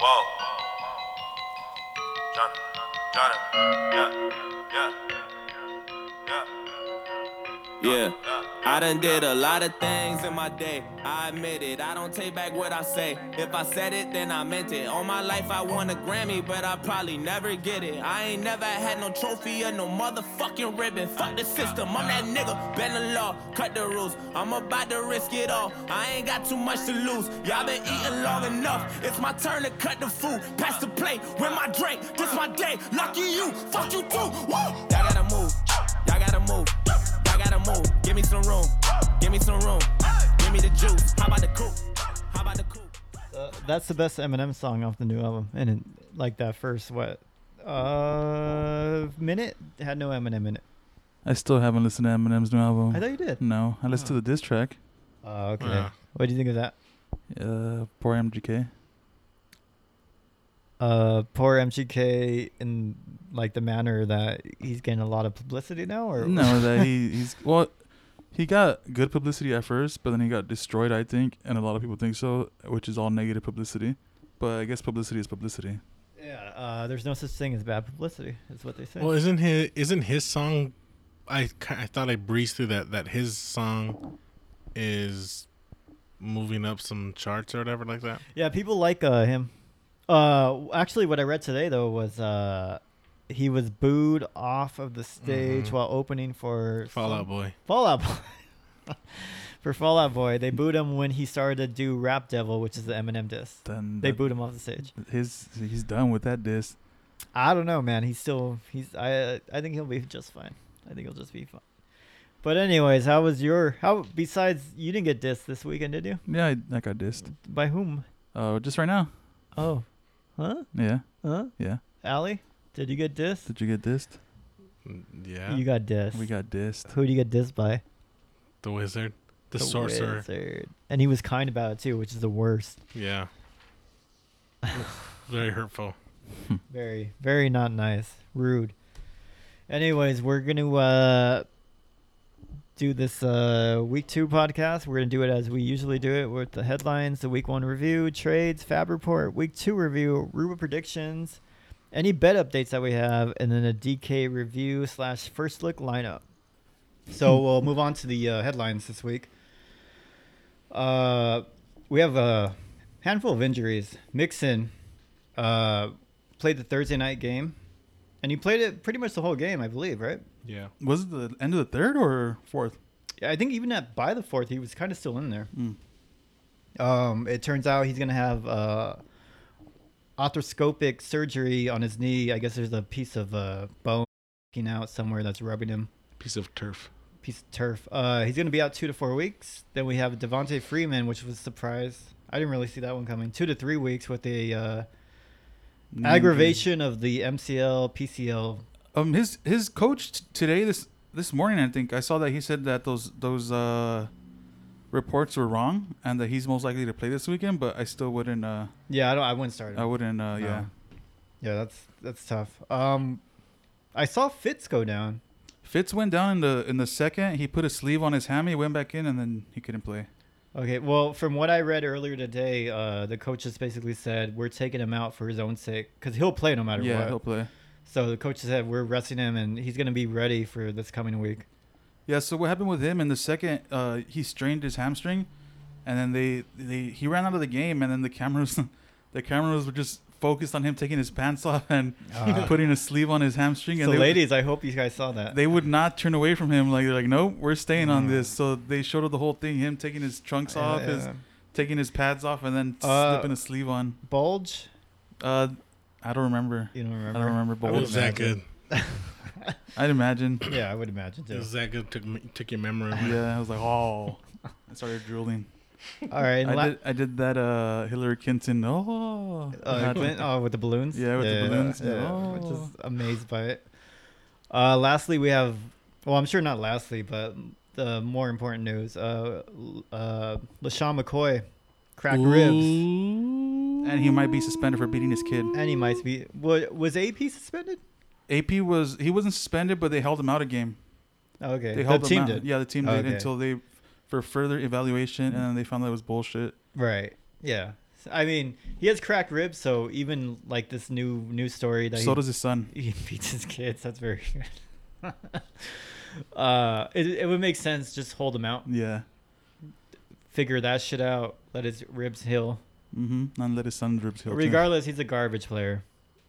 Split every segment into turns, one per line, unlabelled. Whoa. John, John, yeah, yeah, yeah,
Yeah. I done did a lot of things in my day. I admit it. I don't take back what I say. If I said it, then I meant it. All my life I won a Grammy, but I probably never get it. I ain't never had no trophy or no motherfucking ribbon. Fuck the system. I'm that nigga. Bend the law, cut the rules. I'm about to risk it all. I ain't got too much to lose. Y'all been eating long enough. It's my turn to cut the food. Pass the plate with my drink. This my day. Lucky you. Fuck you too. Woo! Y'all gotta move. Y'all gotta move. Y'all gotta move. Give me some room. Give me some room. Give me the juice. How about the coupe? How about the coupe?
Uh, that's the best Eminem song off the new album, and it, like that first what uh minute had no Eminem in it.
I still haven't listened to Eminem's new album.
I thought you did.
Mm.
no, I listened to the diss track.
Oh, okay.
Yeah.
What do you think of that?
Uh, poor MGK.
Uh, poor MGK in like the manner that he's getting a lot of publicity now, or
No, that he he's well, he got good publicity at first, but then he got destroyed. I think, and a lot of people think so, which is all negative publicity. But I guess publicity is publicity.
yeah. Uh, there's no such thing as bad publicity, is what they say.
Well, isn't his isn't his song? I ki- I thought I breezed through that that his song is moving up some charts or whatever like that.
Yeah, people like uh, him. Uh, actually, what I read today though was uh, he was booed off of the stage while opening for
Mm-hmm. Fallout Boy.
Fallout Boy. for Fallout Boy, they booed him when he started to do Rap Devil, which is the Eminem diss.
Then
They
that-
booed him off the stage.
His he's done with that diss.
I don't know, man. He's still he's I I think he'll be just fine. I think he'll just be fine. But anyways, how was your how besides you didn't get dissed this weekend, did you?
Yeah, I, I got dissed.
By whom?
Oh, just right now.
Oh. Huh?
Yeah,
Huh?
yeah.
Allie? Did you get dissed?
Did you get dissed?
Mm, Yeah,
You got dissed.
We got dissed.
Who do you get dissed by?
the wizard, the, sorcerer.
Wizard. And he was kind about it too, which is the worst.
Yeah, very hurtful.
Very, very not nice. Rude. Anyways, we're gonna uh do this uh week two podcast. We're gonna do it as we usually do it with the headlines, the week one review, trades, fab report, week two review, Ruba predictions, any bet updates that we have, and then a DK review slash first look lineup. So we'll move on to the uh, headlines this week. Uh, we have a handful of injuries. Mixon uh, played the Thursday night game, and he played it pretty much the whole game, I believe, right?
Yeah,
Was it the end of the third or fourth?
Yeah, I think even at by the fourth, he was kind of still in there. Um, it turns out he's gonna have uh, arthroscopic surgery on his knee. I guess there's a piece of uh, bone sticking out somewhere that's rubbing him.
piece of turf.
Piece of turf. Uh, he's gonna be out two to four weeks. Then we have Devonte Freeman, which was a surprise. I didn't really see that one coming. Two to three weeks with a uh, aggravation of the MCL PCL.
Um, his his coach t- today this this morning I think I saw that he said that those those uh reports were wrong and that he's most likely to play this weekend. But I still wouldn't uh
Yeah, I don't. I wouldn't start. him.
I wouldn't uh yeah.
Yeah, that's that's tough. Um, I saw Fitz go down.
Fitz went down in the in the second. He put a sleeve on his hammy, went back in, and then he couldn't play.
Okay, well, from what I read earlier today, uh, the coaches basically said we're taking him out for his own sake because he'll play no matter
yeah,
what.
he'll play.
So the coach said we're resting him and he's gonna be ready for this coming week.
Yeah. So what happened with him in the second? Uh, he strained his hamstring, and then they they he ran out of the game, and then the cameras the cameras were just focused on him taking his pants off and putting a sleeve on his hamstring.
Uh-huh. So
and they,
ladies, I hope you guys saw that.
they would not turn away from him. Like they're like, nope, we're staying on this. So they showed the whole thing: him taking his trunks
Mm. Yeah,
off, his
yeah.
taking his pads off, and then
Uh,
slipping a sleeve on.
bulge.
Uh, I don't remember.
You don't remember?
I don't remember.
It
But
was that good.
I'd imagine.
Yeah, I would imagine
It
too.
was that good. Took me- took your memory. away.
yeah, I was like, oh. I started drooling.
All right, and la-
I did. I did that. Uh, Hillary Clinton. Oh.
uh,
Had-
Clint- oh, with the balloons.
Yeah, Oh. with the balloons.
Yeah,
No.
just amazed by it. Uh, lastly, we have. Well, I'm sure not lastly, but the more important news. Uh, l- uh, LaShawn McCoy cracked ribs,
and he might be suspended for beating his kid.
and he might be. wa- Was AP suspended?
AP was he wasn't suspended, but they held him out a game.
Okay,
They
the
held him
team
out.
did.
Yeah, the team did
Okay.
until they for further evaluation, and then they found that it was bullshit.
Right. Yeah. I mean, he has cracked ribs, so even like this new news story that
So
he,
does his son.
he beats his kids. That's very good. uh, it it would make sense. Just hold him out.
Yeah.
Figure that shit out. Let his ribs heal.
Mm-hmm. And let his son drip heel. too.
Regardless, he's a garbage player.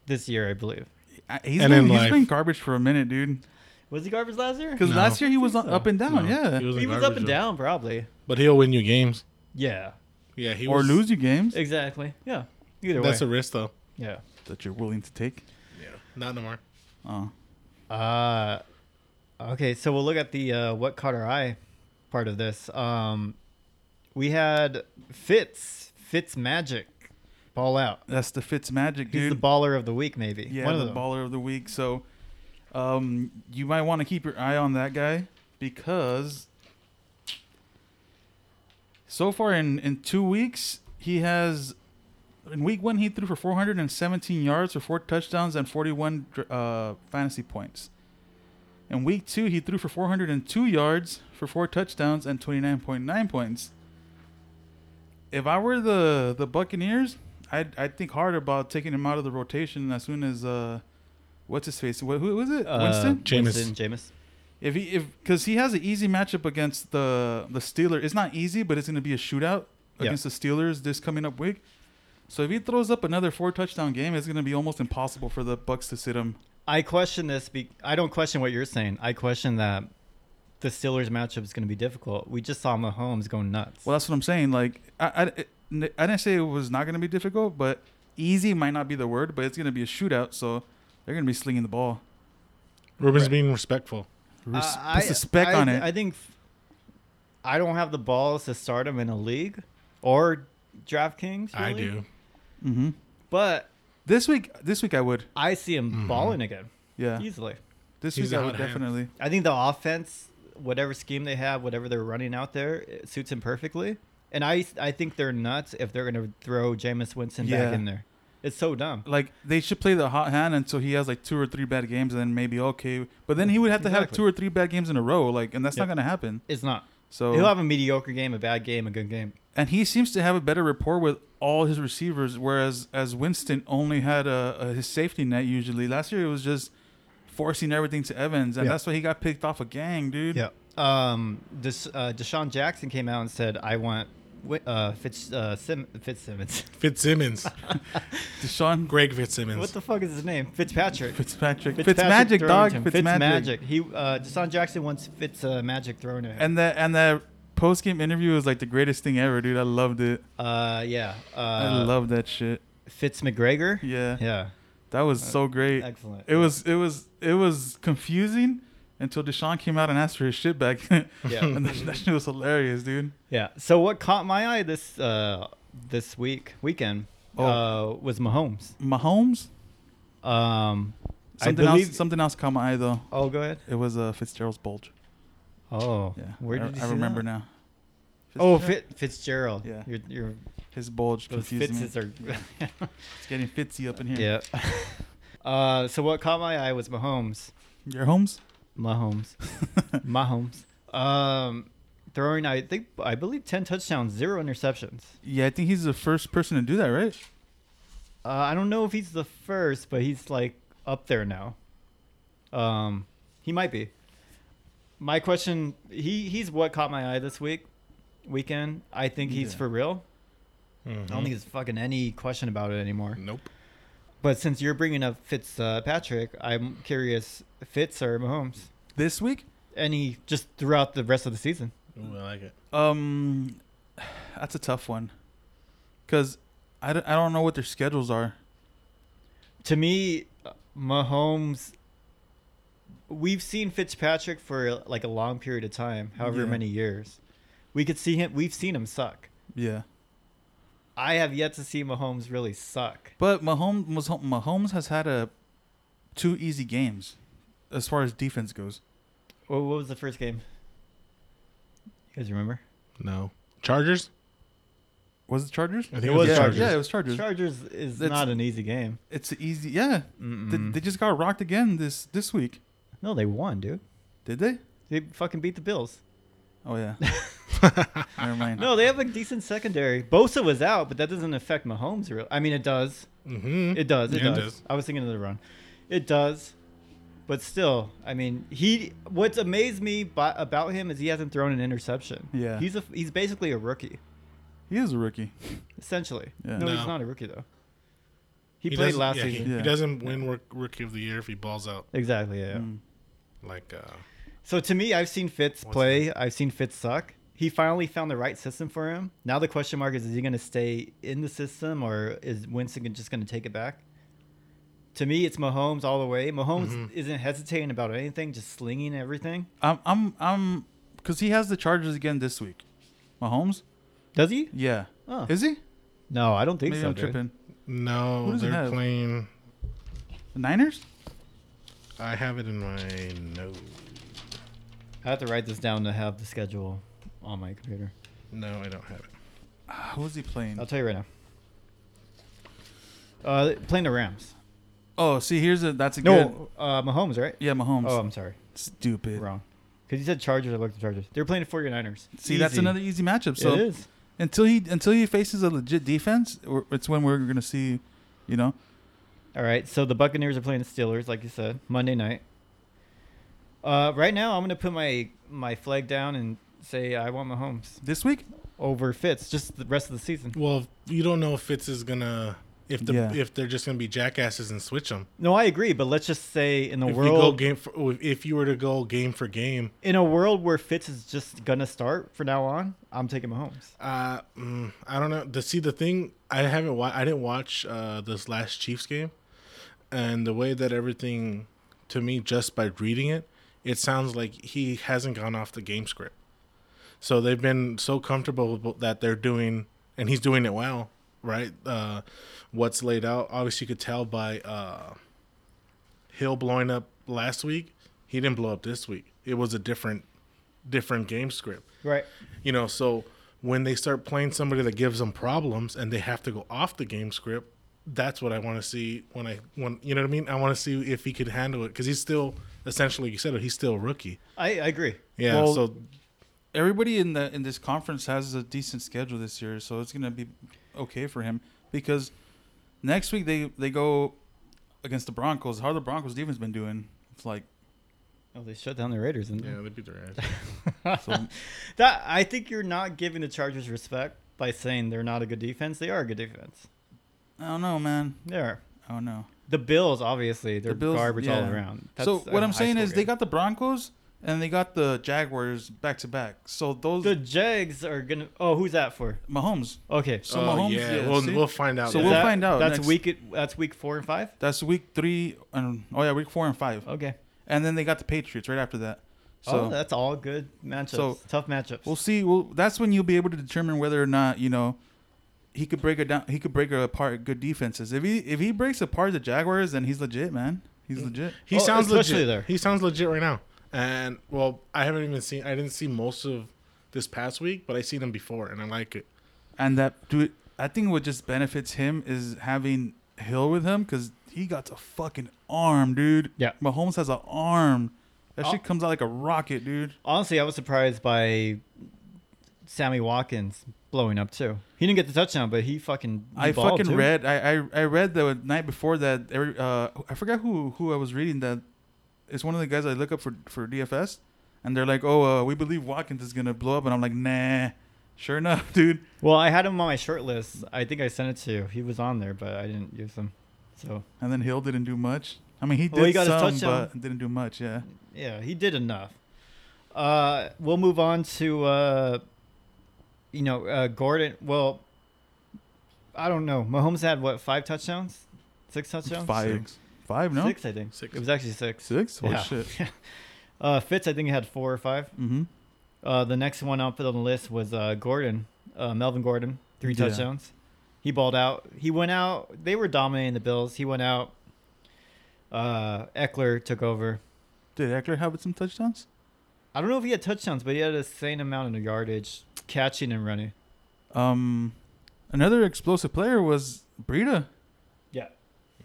This year, I believe.
I- Uh, He's
And
been,
in
he's
life.
been garbage for a minute, dude.
Was he garbage last year?
Because
No.
last year he was
think so.
up and down.
No,
yeah.
was,
He
in
was
garbage,
up and
though.
down, probably.
But he'll win you games.
Yeah,
Yeah, he
or
was,
lose you games
exactly. Yeah, either
That's
way.
a risk though.
yeah.
that you're willing to take.
Yeah, not no more.
Oh.
Uh, okay, so we'll look at the uh, what caught our eye part of this. Um, we had Fitz, Fitz Magic, ball out.
That's the Fitz magic,
He's
dude.
the baller of the week, maybe.
yeah,
One
the
of them.
baller of the week. So, um, you might want to keep your eye on that guy because so far in in two weeks he has. In week one, he threw for 417 yards for four touchdowns and 41 dr- uh, fantasy points. In week two, he threw for 402 yards for four touchdowns and 29.9 points. If I were the the Buccaneers, I'd I'd think hard about taking him out of the rotation as soon as uh, what's his face? Wh- Who was it?
Uh,
Winston.
Jameis.
Winston, Jameis.
If he if because he has an easy matchup against the the Steelers. It's not easy, but it's going to be a shootout
Yeah.
against the Steelers this coming up week. So if he throws up another four touchdown game, it's going to be almost impossible for the Bucks to sit him.
I question this. Be- I don't question what you're saying. I question that the Steelers matchup is going to be difficult. We just saw Mahomes go nuts.
Well, that's what I'm saying. Like I I, it- I didn't say it was not going to be difficult, but easy might not be the word, but it's going to be a shootout. So they're going to be slinging the ball.
Ruben's being respectful.
Res-
Uh,
puts the spec
I,
on it.
I think f- I don't have the balls to start him in a league or DraftKings.
I
really.
do.
hmm
but
This week, this week I would.
I see him
Mm-hmm.
balling again
Yeah,
easily.
this
He's
week I
out
would
of hand.
definitely.
I think the offense, whatever scheme they have, whatever they're running out there, it suits him perfectly. And I, I think they're nuts if they're going to throw Jameis Winston
Yeah.
back in there. It's so dumb.
like they should play the hot hand until he has like two or three bad games and then maybe okay but then he would have to have
Exactly.
two or three bad games in a row like and that's
Yep.
not gonna happen
It's not.
so
He'll have a mediocre game, a bad game, a good game.
and he seems to have a better rapport with all his receivers whereas as winston only had a, a his safety net usually last year it was just forcing everything to evans and
Yeah.
that's why he got picked off a gang dude
Um. This uh, Deshaun Jackson came out and said, "I want Wi- uh, Fitz uh, Sim- Fitzsimmons.
Fitzsimmons,
deshaun
Greg Fitzsimmons.
what the fuck is his name? Fitzpatrick.
fitzpatrick fitzmagic
throwing
dog
to him.
fitzmagic,
Fitzmagic. He uh, Deshaun Jackson wants Fitz uh, Magic thrown at him.
and that and that post-game interview was like the greatest thing ever dude i loved it
Uh, yeah. Uh,
i love that shit
Fitz McGregor.
yeah
Yeah.
That was so great.
uh, excellent.
It was it was it was confusing until Deshaun came out and asked for his shit back.
Yeah.
and that, that shit was hilarious, dude.
Yeah. So what caught my eye this uh, this week weekend
Oh.
uh, was Mahomes.
Mahomes.
Um,
Something
I believe.
else. Something else caught my eye though.
oh, go ahead.
It was uh, Fitzgerald's bulge.
Oh,
Yeah.
Where
I,
did you
I
see
remember
that?
now.
Oh,
Fitzgerald?
Fit, Fitzgerald.
Yeah.
Your, your,
his bulge
those
confused me.
Fitzes are.
It's getting fitzy up in here.
yeah. Uh, so what caught my eye was Mahomes.
Your homes?
Mahomes. Mahomes. Um, throwing, I think, I believe 10 touchdowns, zero interceptions.
Yeah, I think he's the first person to do that, right?
Uh, I don't know if he's the first, but he's like up there now. Um, he might be. My question, he he's what caught my eye this week, weekend. I think he's
Yeah.
for real. I don't
Mhm.
think there's fucking any question about it anymore.
Nope.
But since you're bringing up Fitz uh, Patrick, I'm curious, Fitz or Mahomes?
This week?
Any just throughout the rest of the season?
Ooh, I like it.
Um, that's a tough one, cause I don't, I don't know what their schedules are.
to me, Mahomes. We've seen Fitzpatrick for like a long period of time, however
Yeah.
many years. We could see him. We've seen him suck.
Yeah.
I have yet to see Mahomes really suck.
But Mahomes Mahomes- Mahomes has had a two easy games as far as defense goes.
What, what was the first game? You guys remember?
No. Chargers?
Was it Chargers?
I think It it was was
yeah,
Chargers.
Yeah, it was Chargers.
Chargers is
That's-
not an easy game.
it's a easy. Yeah, they,
Mm-mm.
they just got rocked again this this week.
no, they won, dude.
Did they?
They fucking beat the Bills.
Oh yeah. Never mind.
No, they have a decent secondary. Bosa was out, but that doesn't affect Mahomes real. I mean, it does.
Mm-hmm.
It does. It,
Yeah, it
does.
does.
I was thinking of the run. It does. But still, I mean, he. What's amazed me by, about him is he hasn't thrown an interception.
Yeah.
He's a he's basically a rookie,
He is a rookie.
essentially.
Yeah.
No, he's
No.
not a rookie though. He,
He
played
doesn't-
last
yeah,
season.
He,
Yeah.
he doesn't win work, Rookie of the Year if he balls out
Exactly. Yeah.
Mm.
like. Uh,
So to me, I've seen Fitz
What's
play. I've seen Fitz suck. He finally found the right system for him. Now the question mark is: Is he going to stay in the system, or is Winston just going to take it back? To me, it's Mahomes all the way. Mahomes
Mm-hmm.
isn't hesitating about anything, just slinging everything.
I'm, I'm, I'm, because he has the Chargers again this week. Mahomes?
Does he?
Yeah.
Oh.
Is he?
No, I don't think
Maybe
so.
I'm
dude.
tripping. Who
no,
does he
they're
have?
playing.
The Niners?
I have it in my note.
I have to write this down to have the schedule on my computer.
No, I don't have it.
Ah, Who is he playing?
I'll tell you right now. Uh, playing the Rams.
Oh, see, here's a, that's a good.
No, uh, Mahomes, right?
Yeah, Mahomes.
Oh, I'm sorry,
Stupid.
wrong. Because you said Chargers. I looked at Chargers. They're playing the 49ers.
See, that's
Easy.
another easy matchup. So
it is.
until he until he faces a legit defense, we're- it's when we're gonna see, you know,
All right, so the Buccaneers are playing the Steelers, like you said, Monday night. Uh, right now, I'm gonna put my my flag down and say I want Mahomes
this week.
over Fitz just the rest of the season.
Well, you don't know if Fitz is gonna if the
Yeah.
if they're just gonna be jackasses and switch them.
No, I agree, but let's just say in a
If you go
world
game for, if you were to go game for game,
in a world where Fitz is just gonna start from now on, I'm taking Mahomes.
uh, mm, I don't know. The see the thing, I haven't wa- I didn't watch uh this last Chiefs game, and the way that everything to me just by reading it, it sounds like he hasn't gone off the game script. So they've been so comfortable with that they're doing, and he's doing it well, right? Uh, what's laid out, obviously, you could tell by uh, Hill blowing up last week. He didn't blow up this week. It was a different, different game script,
Right.
you know. So when they start playing somebody that gives them problems and they have to go off the game script, that's what I want to see when I when you know what I mean. I want to see if he could handle it because he's still essentially you said it, he's still a rookie.
I, I agree.
Yeah.
Well,
so
Everybody in the in this conference has a decent schedule this year, so it's gonna be okay for him because next week they they go against the Broncos. How the Broncos defense been doing? It's like
Oh, they shut down the Raiders. didn't they?
yeah, they beat their ass.
that I think you're not giving the Chargers respect by saying they're not a good defense. They are a good defense.
I don't know, man.
They are.
I don't know.
The Bills, obviously, they're
Bills-
garbage all
yeah.
around.
so
That's
what
a
I'm
high
saying
score
is
game.
they got the Broncos and they got the Jaguars back to back. So those
the Jags are gonna. Oh, who's that for?
Mahomes.
Okay,
So
oh,
Mahomes,
yeah,
yeah,
we'll,
see?
we'll find out.
So
yeah.
Is
we'll
that-
find out
That's
next-
week. That's week four and five.
That's week three. And, oh yeah, week four and five,
Okay.
and then they got the Patriots right after that. So
oh, that's all good matchups.
so-
tough matchups.
we'll see. Well, that's when you'll be able to determine whether or not you know he could break it down. He could break apart good defenses. If he if he breaks apart the Jaguars, then he's legit, man. He's legit.
He
Oh,
sounds
especially
legit.
there.
He sounds legit right now. And well, I haven't even seen. I didn't see most of this past week, but I seen him before, and I like it.
And that dude, I think what just benefits him is having Hill with him because he got a fucking arm, dude.
Yeah.
Mahomes has an arm. That
Oh.
shit comes out like a rocket, dude.
Honestly, I was surprised by Sammy Watkins blowing up too. He didn't get the touchdown, but he fucking. he
I
balled,
fucking
too.
read. I, I I read the night before that. every- Uh, I forgot who who I was reading that. It's one of the guys I look up for for DFS, and they're like, "Oh, uh, we believe Watkins is gonna blow up," and I'm like, "Nah." Sure enough, dude.
Well, I had him on my short list. I think I sent it to you. He was on there, but I didn't use him. So
And then Hill didn't do much. I mean, he did
Well, he got his
some,
touchdown.
but didn't do much. Yeah.
yeah, he did enough. Uh, we'll move on to uh, you know uh, Gordon. Well, I don't know. Mahomes had what five touchdowns, six touchdowns,
Five.
Six.
Five. No.
six I think.
Six.
It was actually six.
Six. Oh
Yeah.
shit.
Uh, Fitz I think had four or five.
Mm-hmm.
Uh, the next one up on the list was uh, Gordon, uh, Melvin Gordon, three
Yeah.
touchdowns. He balled out. He went out. They were dominating the Bills. He went out. Uh, Eckler took over.
Did Eckler have some touchdowns?
I don't know if he had touchdowns, but he had a same amount of yardage catching and running.
Um, another explosive player was Breida.
Yeah.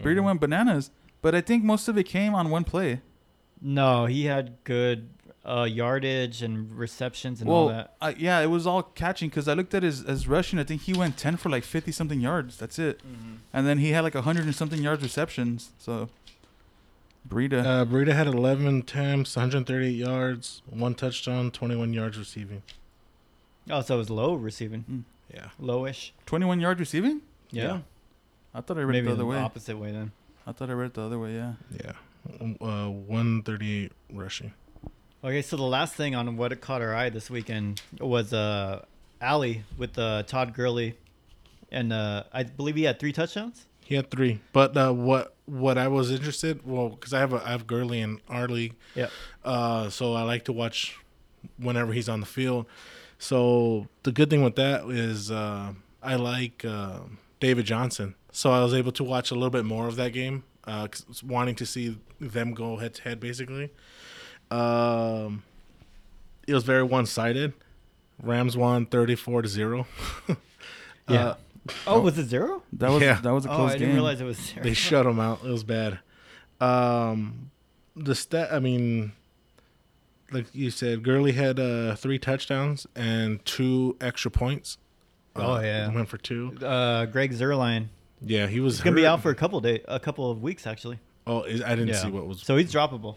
Breida
Mm-hmm.
went bananas, but I think most of it came on one play.
No, he had good uh, uh, yardage and receptions and all
Well,
that.
uh, yeah, it was all catching because I looked at his as rushing. I think he went ten for like fifty something yards. That's it. And then he had like hundred and something yards receptions. So, Breida.
Uh, Burita had 11 attempts, 138 yards, one touchdown, 21 yards receiving.
Oh, so it was low receiving,
Yeah.
lowish.
21 yard receiving?
Yeah,
Yeah.
I thought I read
maybe
it the
the,
other way.
opposite way then.
I thought I read it the other way, yeah.
Yeah. Uh, 138 rushing.
Okay, so the last thing on what caught our eye this weekend was uh, Alley with uh, Todd Gurley, and uh, I believe he had three touchdowns.
He had three, but uh, what what I was interested well because I have a, I have Gurley in our league,
Yeah,
uh, so I like to watch whenever he's on the field. So the good thing with that is uh, I like uh, David Johnson, so I was able to watch a little bit more of that game, uh, 'cause wanting to see them go head to head basically. Um, it was very one sided. Rams won thirty four to zero.
yeah. oh, was it zero?
That was
Yeah.
that was a
Oh, I
close
didn't
game.
realize it was zero.
they shut him out. It was bad. Um, the stat. I mean, like you said, Gurley had uh, three touchdowns and two extra points.
Oh,
Uh,
yeah.
went for two.
Uh, Greg Zerline
Yeah, he was
He's gonna be
hurt.
out for a couple day, a couple of weeks actually.
Oh, is- I didn't see what was.
So he's droppable.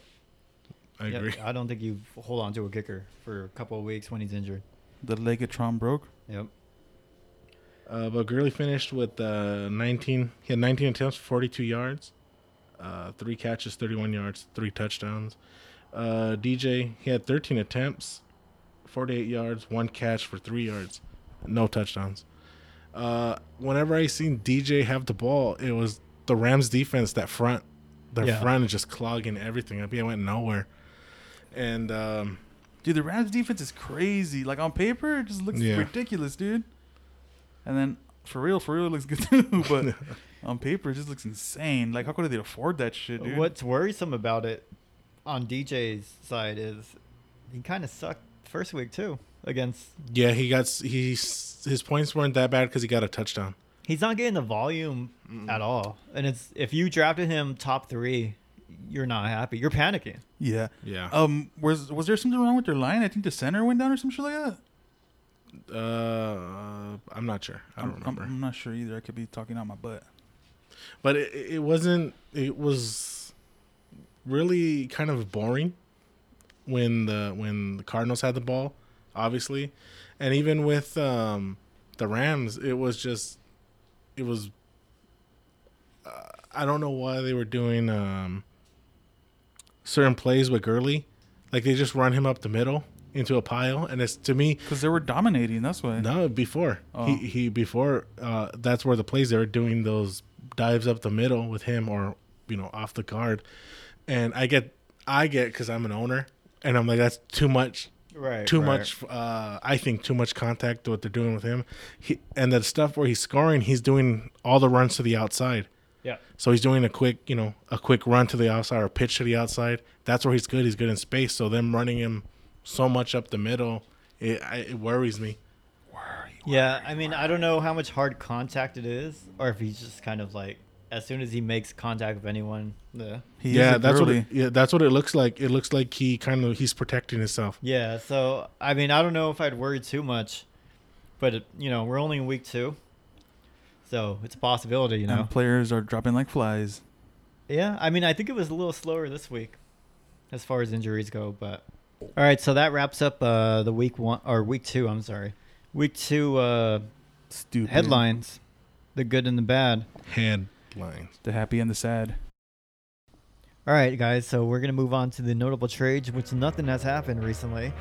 I
Yeah,
agree.
I don't think you hold on to a kicker for a couple of weeks when he's injured.
The Legatron broke.
Yep.
Uh, but Gurley finished with uh, 19. He had 19 attempts, 42 yards, uh, three catches, 31 yards, three touchdowns. Uh, DJ, he had 13 attempts, 48 yards, one catch for three yards, no touchdowns. Uh, whenever I seen DJ have the ball, it was the Rams defense that front. Their
Yeah.
front is just clogging everything. I mean, it went nowhere. And um,
Dude, the Rams defense is crazy. Like on paper, it just looks
Yeah.
ridiculous, dude. And then for real, for real, it looks good too. But on paper, it just looks insane. Like how could they afford that shit, dude?
What's worrisome about it on DJ's side is he kind of sucked first week too against.
yeah, he got s- he's his points weren't that bad because he got a touchdown.
He's not getting the volume at all, and it's if you drafted him top three, you're not happy. You're panicking.
Yeah.
Yeah.
Um, was was there something wrong with their line? I think the center went down or some shit like that.
Uh, I'm not sure. I don't
I'm-
remember.
I'm, I'm not sure either. I could be talking out my butt.
But it, it wasn't. It was really kind of boring when the when the Cardinals had the ball, obviously, and even with um, the Rams, it was just it was. Uh, I don't know why they were doing um, certain plays with Gurley, like they just run him up the middle into a pile, and it's to me
Because they were dominating, that's why.
No, before
Oh.
he he before uh, that's where the plays they were doing those dives up the middle with him or you know off the guard, and I get I get because I'm an owner and I'm like that's too much
Right.
too much uh, I think too much contact what they're doing with him, he, and the stuff where he's scoring he's doing all the runs to the outside.
Yeah.
So he's doing a quick, you know, a quick run to the outside or pitch to the outside. That's where he's good. He's good in space. So them running him so much up the middle, it, I, it worries me.
Yeah, I mean, I don't know how much hard contact it is, or if he's just kind of like, as soon as he makes contact with anyone, the
He is
yeah,
a
that's what
girly.
it, yeah, that's what it looks like. It looks like he kind of he's protecting himself.
yeah. So I mean, I don't know if I'd worry too much, but it, you know, we're only in week two, so it's a possibility, you
And
Mm.
know.
players are dropping like flies.
Yeah, I mean, I think it was a little slower this week, as far as injuries go. But all right, so that wraps up uh, the week one or week two. I'm sorry, week two uh,
Stupid.
Mm-hmm.
headlines, the good and the bad.
Headlines.
The happy and the sad.
All right, guys. So we're gonna move on to the notable trades, which nothing has happened recently.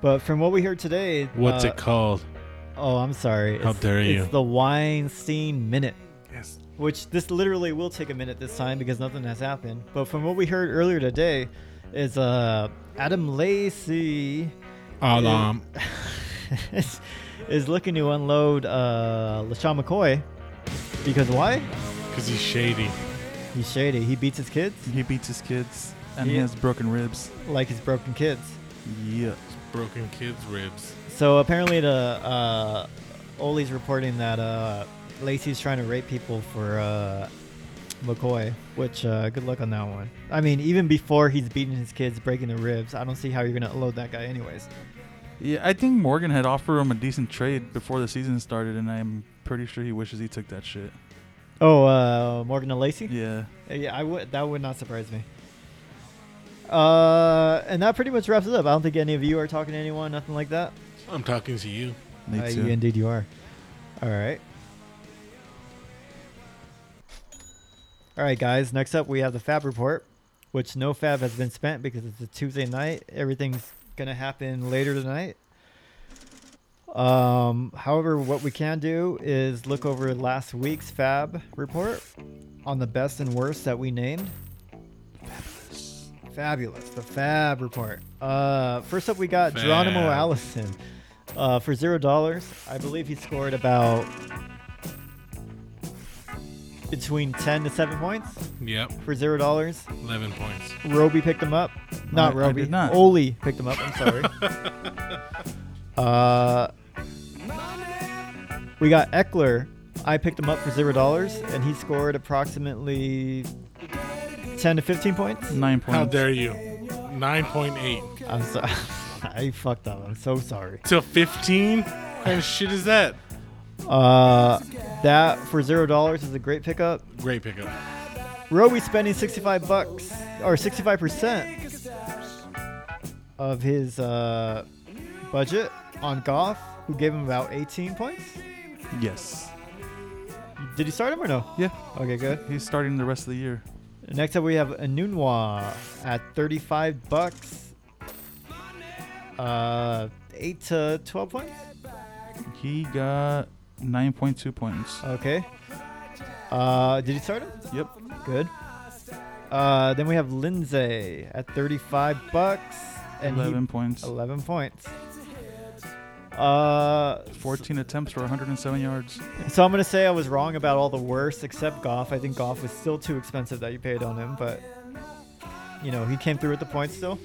But from what we heard today,
What's
uh,
it called?
Oh, I'm sorry.
How
It's-
dare you.
It's the Weinstein minute.
Yes.
Which this literally will take a minute this time because nothing has happened. But from what we heard earlier today, is uh Adam Lacey
Alam.
is, is looking to unload uh LaShawn McCoy because why?
Because he's shady.
He's shady. He beats his kids
He beats his kids and he
Yeah.
has broken ribs.
like his broken kids.
Yeah.
Broken kids' ribs.
So apparently, the uh, Oli's reporting that uh, Lacey's trying to rape people for uh, McCoy, which uh, good luck on that one. I mean, even before he's beating his kids, breaking the ribs, I don't see how you're gonna unload that guy, anyways.
Yeah, I think Morgan had offered him a decent trade before the season started, and I'm pretty sure he wishes he took that shit.
Oh, uh, Morgan and Lacey.
Yeah.
Uh, Yeah, I would. That would not surprise me. Uh, and that pretty much wraps it up. I don't think any of you are talking to anyone, nothing like that.
I'm talking to you.
Me
Uh,
too.
you- indeed, you are. All right. All right, guys. Next up, we have the Fab Report, which no Fab has been spent because it's a Tuesday night. Everything's gonna happen later tonight. Um, however, what we can do is look over last week's Fab Report on the best and worst that we named. Fabulous. The Fab Report. Uh, first up, we got Geronimo
Fab.
Allison uh, for zero dollars. I believe he scored about between ten to seven points
Yep,
for zero dollars.
11 points.
Roby picked him up. Not
I- I
Roby.
did not.
Oli picked him up. I'm sorry. uh, we got Eckler. I picked him up for zero dollars, and he scored approximately ten to fifteen points.
Nine points.
How dare you? 9.8
I'm sorry. I fucked up. I'm so sorry.
to 15? What kind of shit is that?
Uh, that for zero dollars is a great pickup.
Great pickup.
Roby spending 65 bucks or 65 percent of his uh, budget on Goff, who gave him about 18 points.
Yes.
Did he start him or no?
Yeah.
Okay, good.
He's starting the rest of the year.
Next up, we have Anunwa at 35 bucks, uh, eight to 12 points.
He got 9.2 points.
Okay. Uh, did he start him?
Yep.
Good. Uh, then we have Lindsay at 35 bucks and he-
11 points.
11 points. Uh,
14 attempts for 107 yards.
so I'm gonna say I was wrong about all the worst except Goff. I think Goff was still too expensive that you paid on him, but you know he came through with the points still.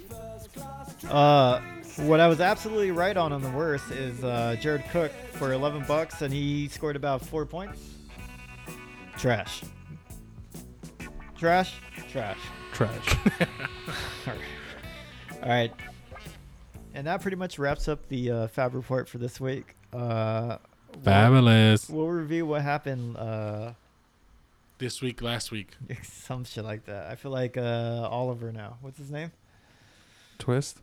Uh, what I was absolutely right on on the worst is uh, Jared Cook for 11 bucks, and he scored about four points. Trash. Trash. Trash.
Trash.
All right. And that pretty much wraps up the uh, Fab report for this week. Uh, we'll-
Fabulous.
We'll, review what happened. Uh,
This week, last week.
some shit like that. I feel like uh, Oliver now. What's his name?
Twist.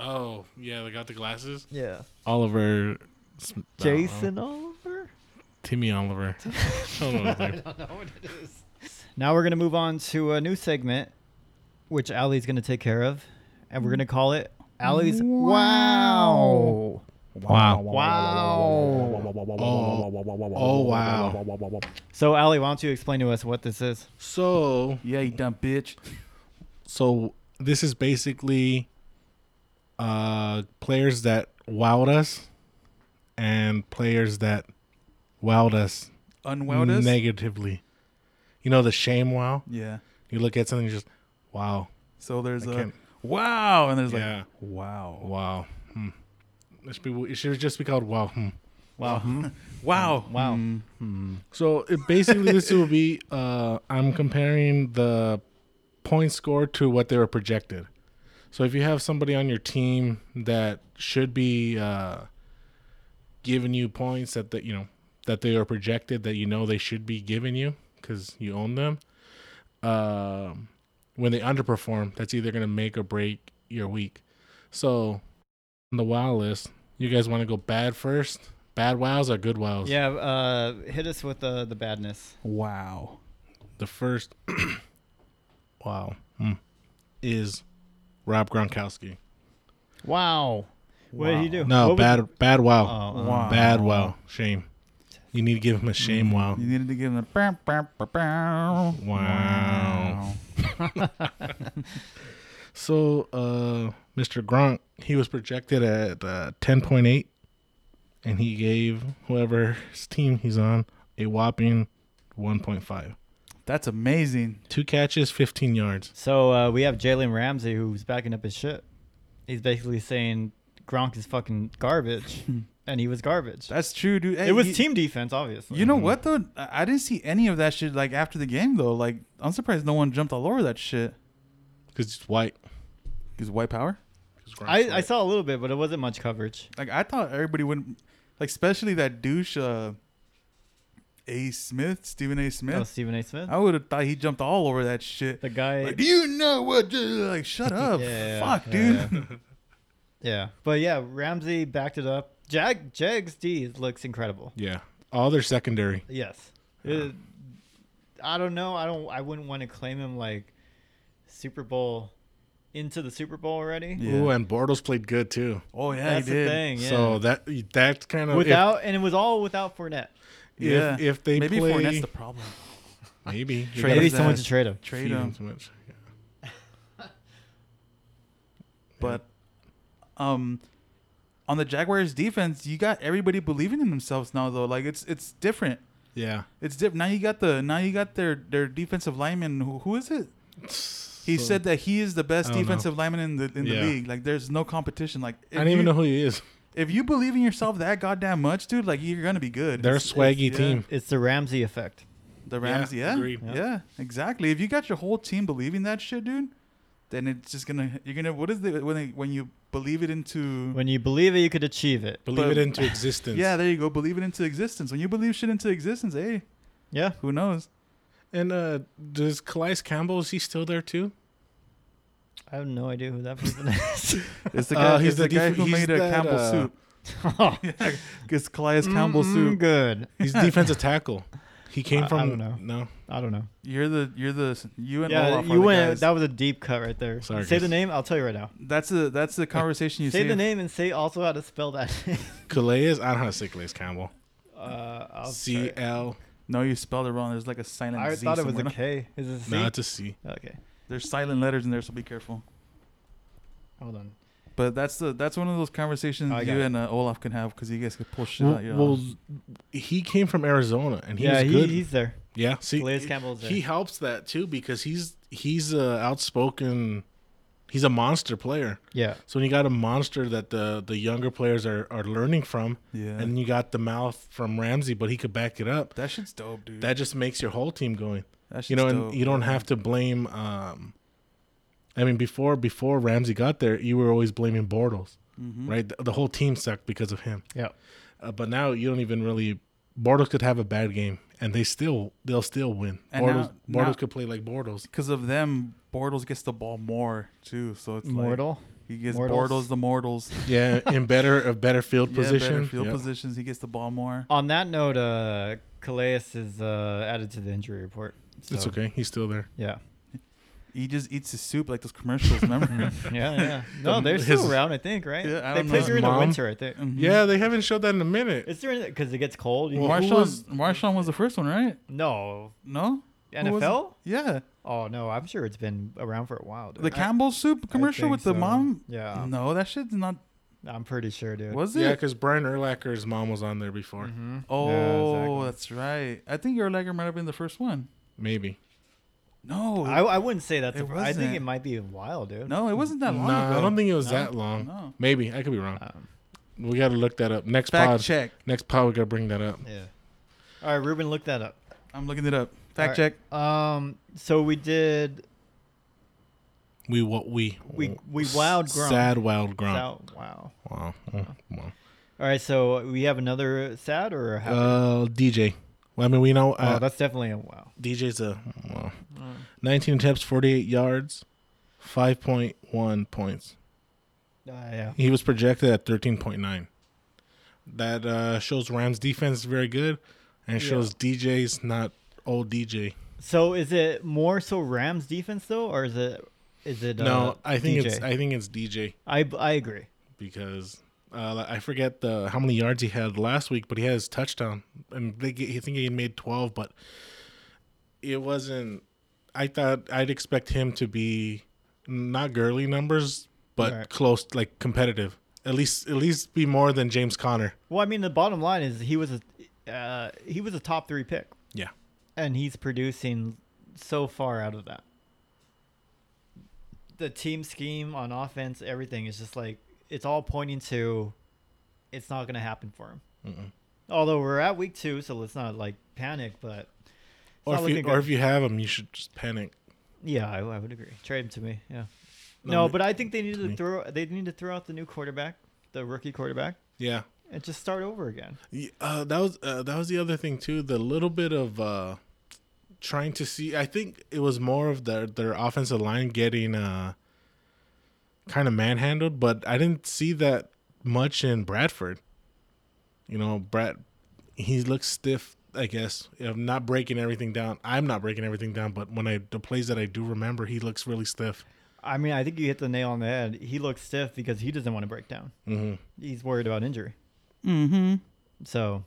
Oh, yeah, they got the glasses.
Yeah.
Oliver. Sm- I don't know.
Jason Oliver?
Timmy Oliver. I don't know his name.
I don't know what it is. Now we're going to move on to a new segment, which Allie's going to take care of. And we're going to call it Allie's Wow.
Wow.
Oh, wow.
So, Allie, why don't you explain to us what this is?
So,
Yeah, you dumb bitch.
so this is basically uh players that wowed us and players that wowed us
Unwelled us?
negatively. You know the shame wow.
yeah.
You look at something, you just wow,
So there's
I
a
can't-
wow, and there's
Yeah.
like wow,
wow. Hmm. It should, be, it should just be called wow. Hmm.
Wow.
wow,
Wow.
Mm.
So it basically, this will be uh, I'm comparing the point score to what they were projected. So if you have somebody on your team that should be uh, giving you points that that you know that they are projected that you know they should be giving you because you own them, um, when they underperform, that's either gonna make or break your week. So on the wow list, you guys want to go bad first? Bad wows or good wows?
Yeah, uh, hit us with uh, the badness.
wow.
the first wow mm, is Rob Gronkowski.
Wow. What did he do?
No,
What was-
bad bad
Oh,
wow.
oh.
Wow.
Bad wow. Shame. You need to give him a shame wow.
You needed to give him a bam, bam, bam, bam.
Wow. So, uh Mr. Gronk, he was projected at uh, 10.8 and he gave whoever's team he's on a whopping 1.5.
That's amazing.
Two catches, 15 yards.
So uh, we have Jalen Ramsey who's backing up his shit. He's basically saying Gronk is fucking garbage. and he was garbage.
That's true, dude. Hey,
it was
he-
team defense, obviously.
You know what though? I I didn't see any of that shit like after the game though. Like I'm surprised no one jumped all over that shit.
because it's white.
Cause white power.
'Cause Gronk's
I, I
white.
saw a little bit, but it wasn't much coverage.
Like I thought everybody would, like especially that douche, uh, A. Smith, Stephen A.
Oh,
Smith.
Stephen A. Smith,
I would have thought he jumped all over that shit.
the guy.
Like, do you know what? to do?" Like, shut up,
Yeah,
fuck,
yeah.
dude.
yeah, but yeah, Ramsey backed it up. Jag Jags D looks incredible.
Yeah, all their secondary.
Yes. It- I don't know. I don't. I wouldn't want to claim him like Super Bowl into the Super Bowl already.
Yeah.
Ooh, and Bortles played good too.
Oh yeah,
That's
he
the
did.
thing. Yeah.
So that that kind of
without and it was all without Fournette.
if,
Yeah.
if, if they
Maybe
play
Fournette's the problem.
maybe
Trade
Maybe
his
someone
ass.
should trade him.
Trade
Feed him
him,
too much. Yeah.
but um, on the Jaguars defense, you got everybody believing in themselves now though. Like it's it's different.
Yeah.
It's different. Now you got the now you got their their defensive lineman. Who, who is it? He
So-
said that he is the best
I don't know.
defensive lineman in the in the
Yeah.
league. Like there's no competition. Like
I don't even
you,
know who he is.
if you believe in yourself that goddamn much, dude. Like you're gonna be good.
They're a
It's-
swaggy
yeah.
team.
It's the Ramsey effect.
The Rams.
Yeah,
Yeah,
agreed.
yeah, exactly. If you got your whole team believing that shit, dude, then it's just gonna you're gonna what is the when they, when you believe it into
When you believe it, you could achieve it.
Believe
But-
it into existence.
yeah there you go believe it into existence. When you believe shit into existence, hey,
Yeah.
who knows?
And uh does Calais Campbell is he still there too?
I have no idea who that person is.
It's the
Uh,
guy,
he's
it's the,
the
guy
def-
who
he's
made a
that,
Campbell
uh,
soup.
oh,
It's Calais Campbell
mm,
soup.
Good.
He's defensive tackle. He came
I- I
from
don't know.
no.
I don't know.
You're the you're the you and
yeah,
Olaf are
you
the
went.
guys.
That was a deep cut right there.
Sorry,
say the
guys.
name. I'll tell you right now.
that's the that's the conversation you
say
see.
the name and say also how to spell that name.
Calais, I don't know how to say Calais Campbell.
Uh, I'll
C
try.
L.
No, you spelled it wrong. There's like a silent
I
Z
thought it was a
somewhere.
K. Is it a C?
No, it's a C.
okay.
There's silent letters in there, so be careful.
Hold on.
But that's the that's one of those conversations
I got
you
it.
and uh, Olaf can have because you guys could pull shit
Well,
out. Your
well, he came from Arizona and he's
yeah, he,
good.
he's there.
yeah, see,
Calais Campbell's there.
he helps that too because he's he's a outspoken, he's a monster player.
yeah.
So when you got a monster that the the younger players are are learning from,
yeah,
and you got the mouth from Ramsey, but he could back it up.
that shit's dope, dude.
That just makes your whole team going.
That shit's
you know, and
dope.
you don't have to blame. Um, I mean, before before Ramsey got there, you were always blaming Bortles, right? The, the whole team sucked because of him.
Yeah.
Uh, but now you don't even really. Bortles could have a bad game, and they still they'll still win.
And
Bortles,
now- now-
Bortles could play like Bortles.
because of them. Bortles gets the ball more too, so it's Like,
Mortal.
he gets
Mortals.
Bortles the mortals.
Yeah, in better a better field
Yeah,
position.
better field
Yep.
positions. He gets the ball more.
On that note, uh, Calais is uh, added to the injury report. So,
It's okay. He's still there.
Yeah.
He just eats his soup like those commercials. Remember?
Yeah. Yeah. No,
The-
they're still
his-
around. I think. Right.
Um, Yeah, I
they
don't
play
know.
during the
Mom?
winter. I think.
Mhm.
Yeah, they haven't showed that in a minute.
It's during because it gets cold. You
Well,
can-
who
Marshawn
was-
was, Marshawn was the first one, right?
no.
No, Who was it?
NFL?
Yeah,
Oh no, I'm sure it's been around for a while. Dude.
the Campbell soup commercial
think
with the
so.
mom.
Yeah.
No, that shit's not.
I'm pretty sure, dude.
Was it?
Yeah, because Brian Urlacher's mom was on there before.
Mhm.
Oh,
Yeah, exactly.
that's right. I think your Urlacher might have been the first one.
Maybe.
No,
I, I wouldn't say that's.
It
a- I think
wasn't.
it might be a while, dude.
no, it wasn't that long
Nah,
ago.
I don't think it was
No?
that long.
No.
Maybe I could be wrong.
Um,
We got to look that up. Next
Fact
pod.
check.
Next pod, we gotta bring that up.
yeah. All right, Ruben, look that up.
I'm looking it up. Fact
All
check.
right. Um. So we did.
We what we
We- we wild grunt.
Sad wild grunt.
Wow. Wow.
Wow. Mm, wow.
All right. So we have another sad or a happy.
Uh, DJ. Well, I mean, we know
oh,
uh,
that's definitely a wow.
DJ's a wow.
Mm.
19 attempts, 48 yards, 5.1 points.
Uh, yeah.
He was projected at 13.9. That uh, shows Rams defense is very good, and
Yeah.
shows DJ's not old DJ.
So is it more so Rams defense though, or is it is it? uh,
no, I think
DJ?
it's I think it's DJ.
I I agree.
because uh, I forget the how many yards he had last week, but he had his touchdown, and they get, I think he made twelve, but it wasn't. I thought I'd expect him to be not girly numbers, but
Right.
close, like competitive. At least, at least be more than James Conner.
Well, I mean, the bottom line is he was a uh, he was a top three pick,
Yeah,
and he's producing so far out of that. The team scheme on offense, everything is just like it's all pointing to it's not going to happen for him. Although we're at week two, so let's not like panic. But it's
Or
not
if you
looking
or
good.
if you have them, you should just panic.
yeah, I, I would agree. Trade him to me. Yeah.
No,
No,
me-
but I think they need to
me.
throw. They need to throw out the new quarterback, the rookie quarterback,
Yeah.
and just start over again.
Y- Uh, that was uh, that was the other thing too. The little bit of uh, trying to see. I think it was more of their their offensive line getting uh, kind of manhandled, but I didn't see that much in Bradford. You know, Brad, he looks stiff. I guess I'm not breaking everything down. I'm not breaking everything down, but when I the plays that I do remember, he looks really stiff.
I mean, I think you hit the nail on the head. He looks stiff because he doesn't want to break down.
Mm-hmm.
He's worried about injury.
Mm-hmm.
So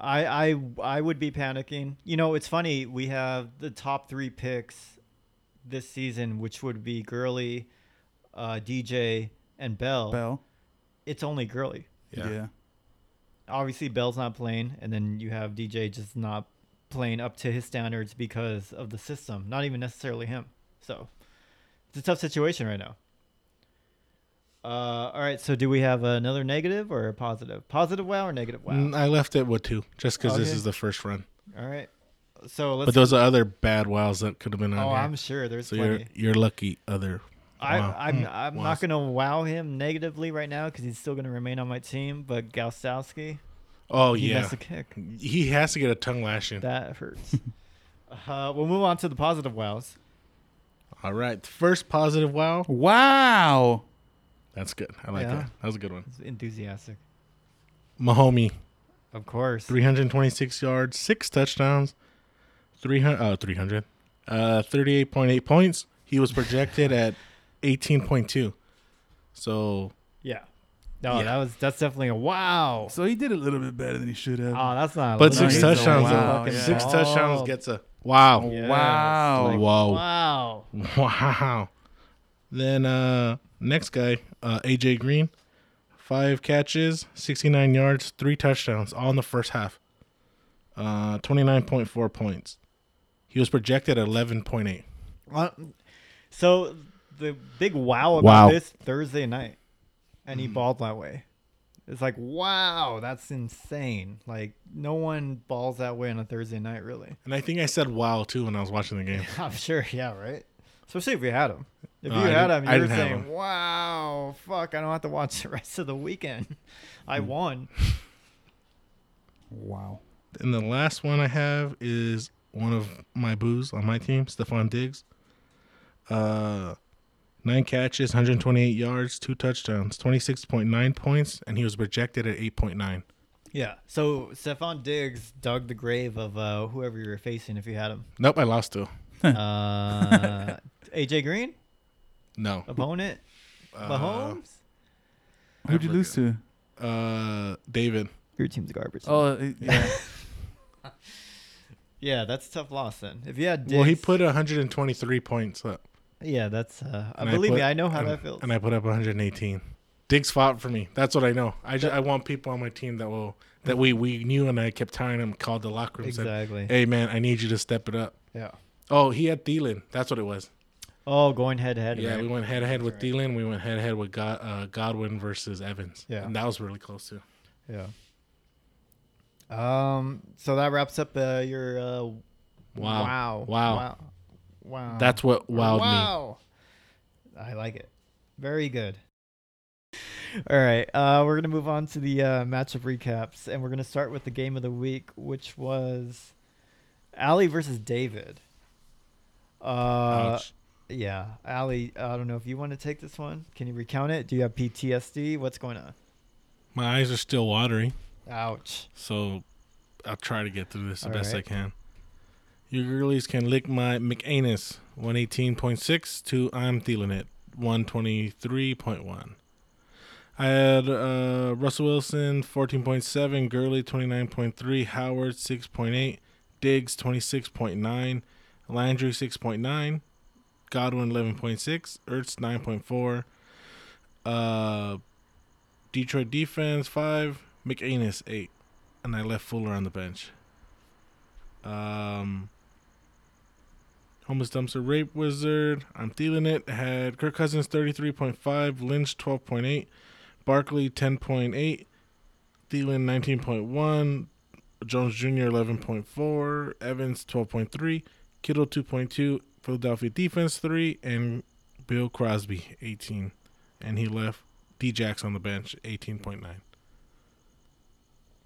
I I I would be panicking. You know, it's funny, we have the top three picks this season, which would be Gurley, uh, DJ, and Bell.
Bell.
It's only Gurley.
Yeah.
Yeah.
Obviously Bell's not playing, and then you have DJ just not playing up to his standards because of the system. Not even necessarily him. So it's a tough situation right now. Uh, all right, so do we have another negative or a positive? Positive wow or negative wow?
Mm, I left it with two, just because this
Okay.
is the first run.
All right. So let's
But those are other bad wows that could have been on
Oh,
here.
I'm sure there's
So you're
plenty.
you're lucky. Other,
I,
Wow. Hmm.
I'm I'm
Wow.
not gonna wow him negatively right now because he's still gonna remain on my team. But Gaustowski,
oh
he
yeah,
missed a kick.
he has to get a tongue lashing.
That hurts. uh, we'll move on to the positive wows.
All right, first positive wow.
Wow.
That's good. I like
Yeah.
that. That was a good one.
It's enthusiastic,
Mahomie,
of course.
326 yards, six touchdowns, 300, uh, 300, uh, 38.8 points. He was projected at 18.2. So
Yeah. No, that was that's definitely a wow.
So he did a little bit better than he should have.
Oh, that's not. a
But
little-
six
he's a
touchdowns,
though.
fucking
Yeah.
six
ball.
touchdowns gets a wow,
Yeah, it's
Wow.
like,
Whoa.
Wow.
wow. Then uh, next guy, uh, AJ Green, five catches, 69 yards, three touchdowns, all in the first half. Uh, 29.4 points. He was projected at 11.8.
Uh, So the big wow about
Wow.
this Thursday night, and he balled my way. It's like wow, that's insane. Like no one balls that way on a Thursday night, really.
And I think I said wow too when I was watching the game.
I'm sure, yeah, right. Especially if we had him. If
No,
you
I
had
didn't-
him,
I
you were
didn't have
saying,
him.
"Wow, fuck, I don't have to watch the rest of the weekend. I won."
wow.
And the last one I have is one of my boos on my team, Stephon Diggs. Uh, nine catches, 128 yards, two touchdowns, 26.9 points, and he was projected at 8.9.
Yeah. So Stephon Diggs dug the grave of uh, whoever you were facing if you had him.
Nope, I lost two.
Uh, AJ Green,
No.
opponent, Uh, Mahomes.
Who'd you lose to?
Uh, David.
Your team's garbage.
Oh, uh, yeah.
Yeah, that's a tough loss then. If you had Diggs,
Well, he put 123 points up.
Yeah, that's. Uh,
and
believe
put-
me, I know how
and-
that feels.
And I put up 118. Diggs fought for me. That's what I know. I, just, I want people on my team that will that we we knew, and I kept telling him, called the locker room,
exactly.
said, "Hey man, I need you to step it up."
yeah.
Oh, he had Thielen. That's what it was.
Oh, going head to head.
Yeah, we
right?
went head to head with Thielen. We went head to head with God, uh, Godwin versus Evans.
Yeah.
and that was really close too.
yeah. Um. So that wraps up uh, your. Uh, wow.
Wow.
Wow. Wow. Wow.
That's what wowed me.
wow. I like it. Very good. All right, uh, we're gonna move on to the uh, matchup recaps, and we're gonna start with the game of the week, which was Ali versus David. Uh,
Ouch.
Yeah, Ali, I don't know if you want to take this one. Can you recount it? Do you have PTSD? What's going on?
My eyes are still watery.
Ouch.
So I'll try to get through this the
All
best
right.
I can. Your girlies can lick my McAnus 118.6 to I'm feeling it 123.1. I had uh, Russell Wilson 14.7, Gurley 29.3, Howard 6.8, Diggs 26.9, Landry 6.9, Godwin 11.6, Ertz 9.4, uh, Detroit defense five, McAnus eight, and I left Fuller on the bench. Um, homeless dumpster rape wizard. I'm stealing it. Had Kirk Cousins thirty three point five, Lynch twelve point eight, Barkley ten point eight, Thielen nineteen point one, Jones Jr. eleven point four, Evans twelve point three, Kittle two point two, Philadelphia defense three, and Bill Crosby eighteen, and he left Djax on the bench eighteen point nine.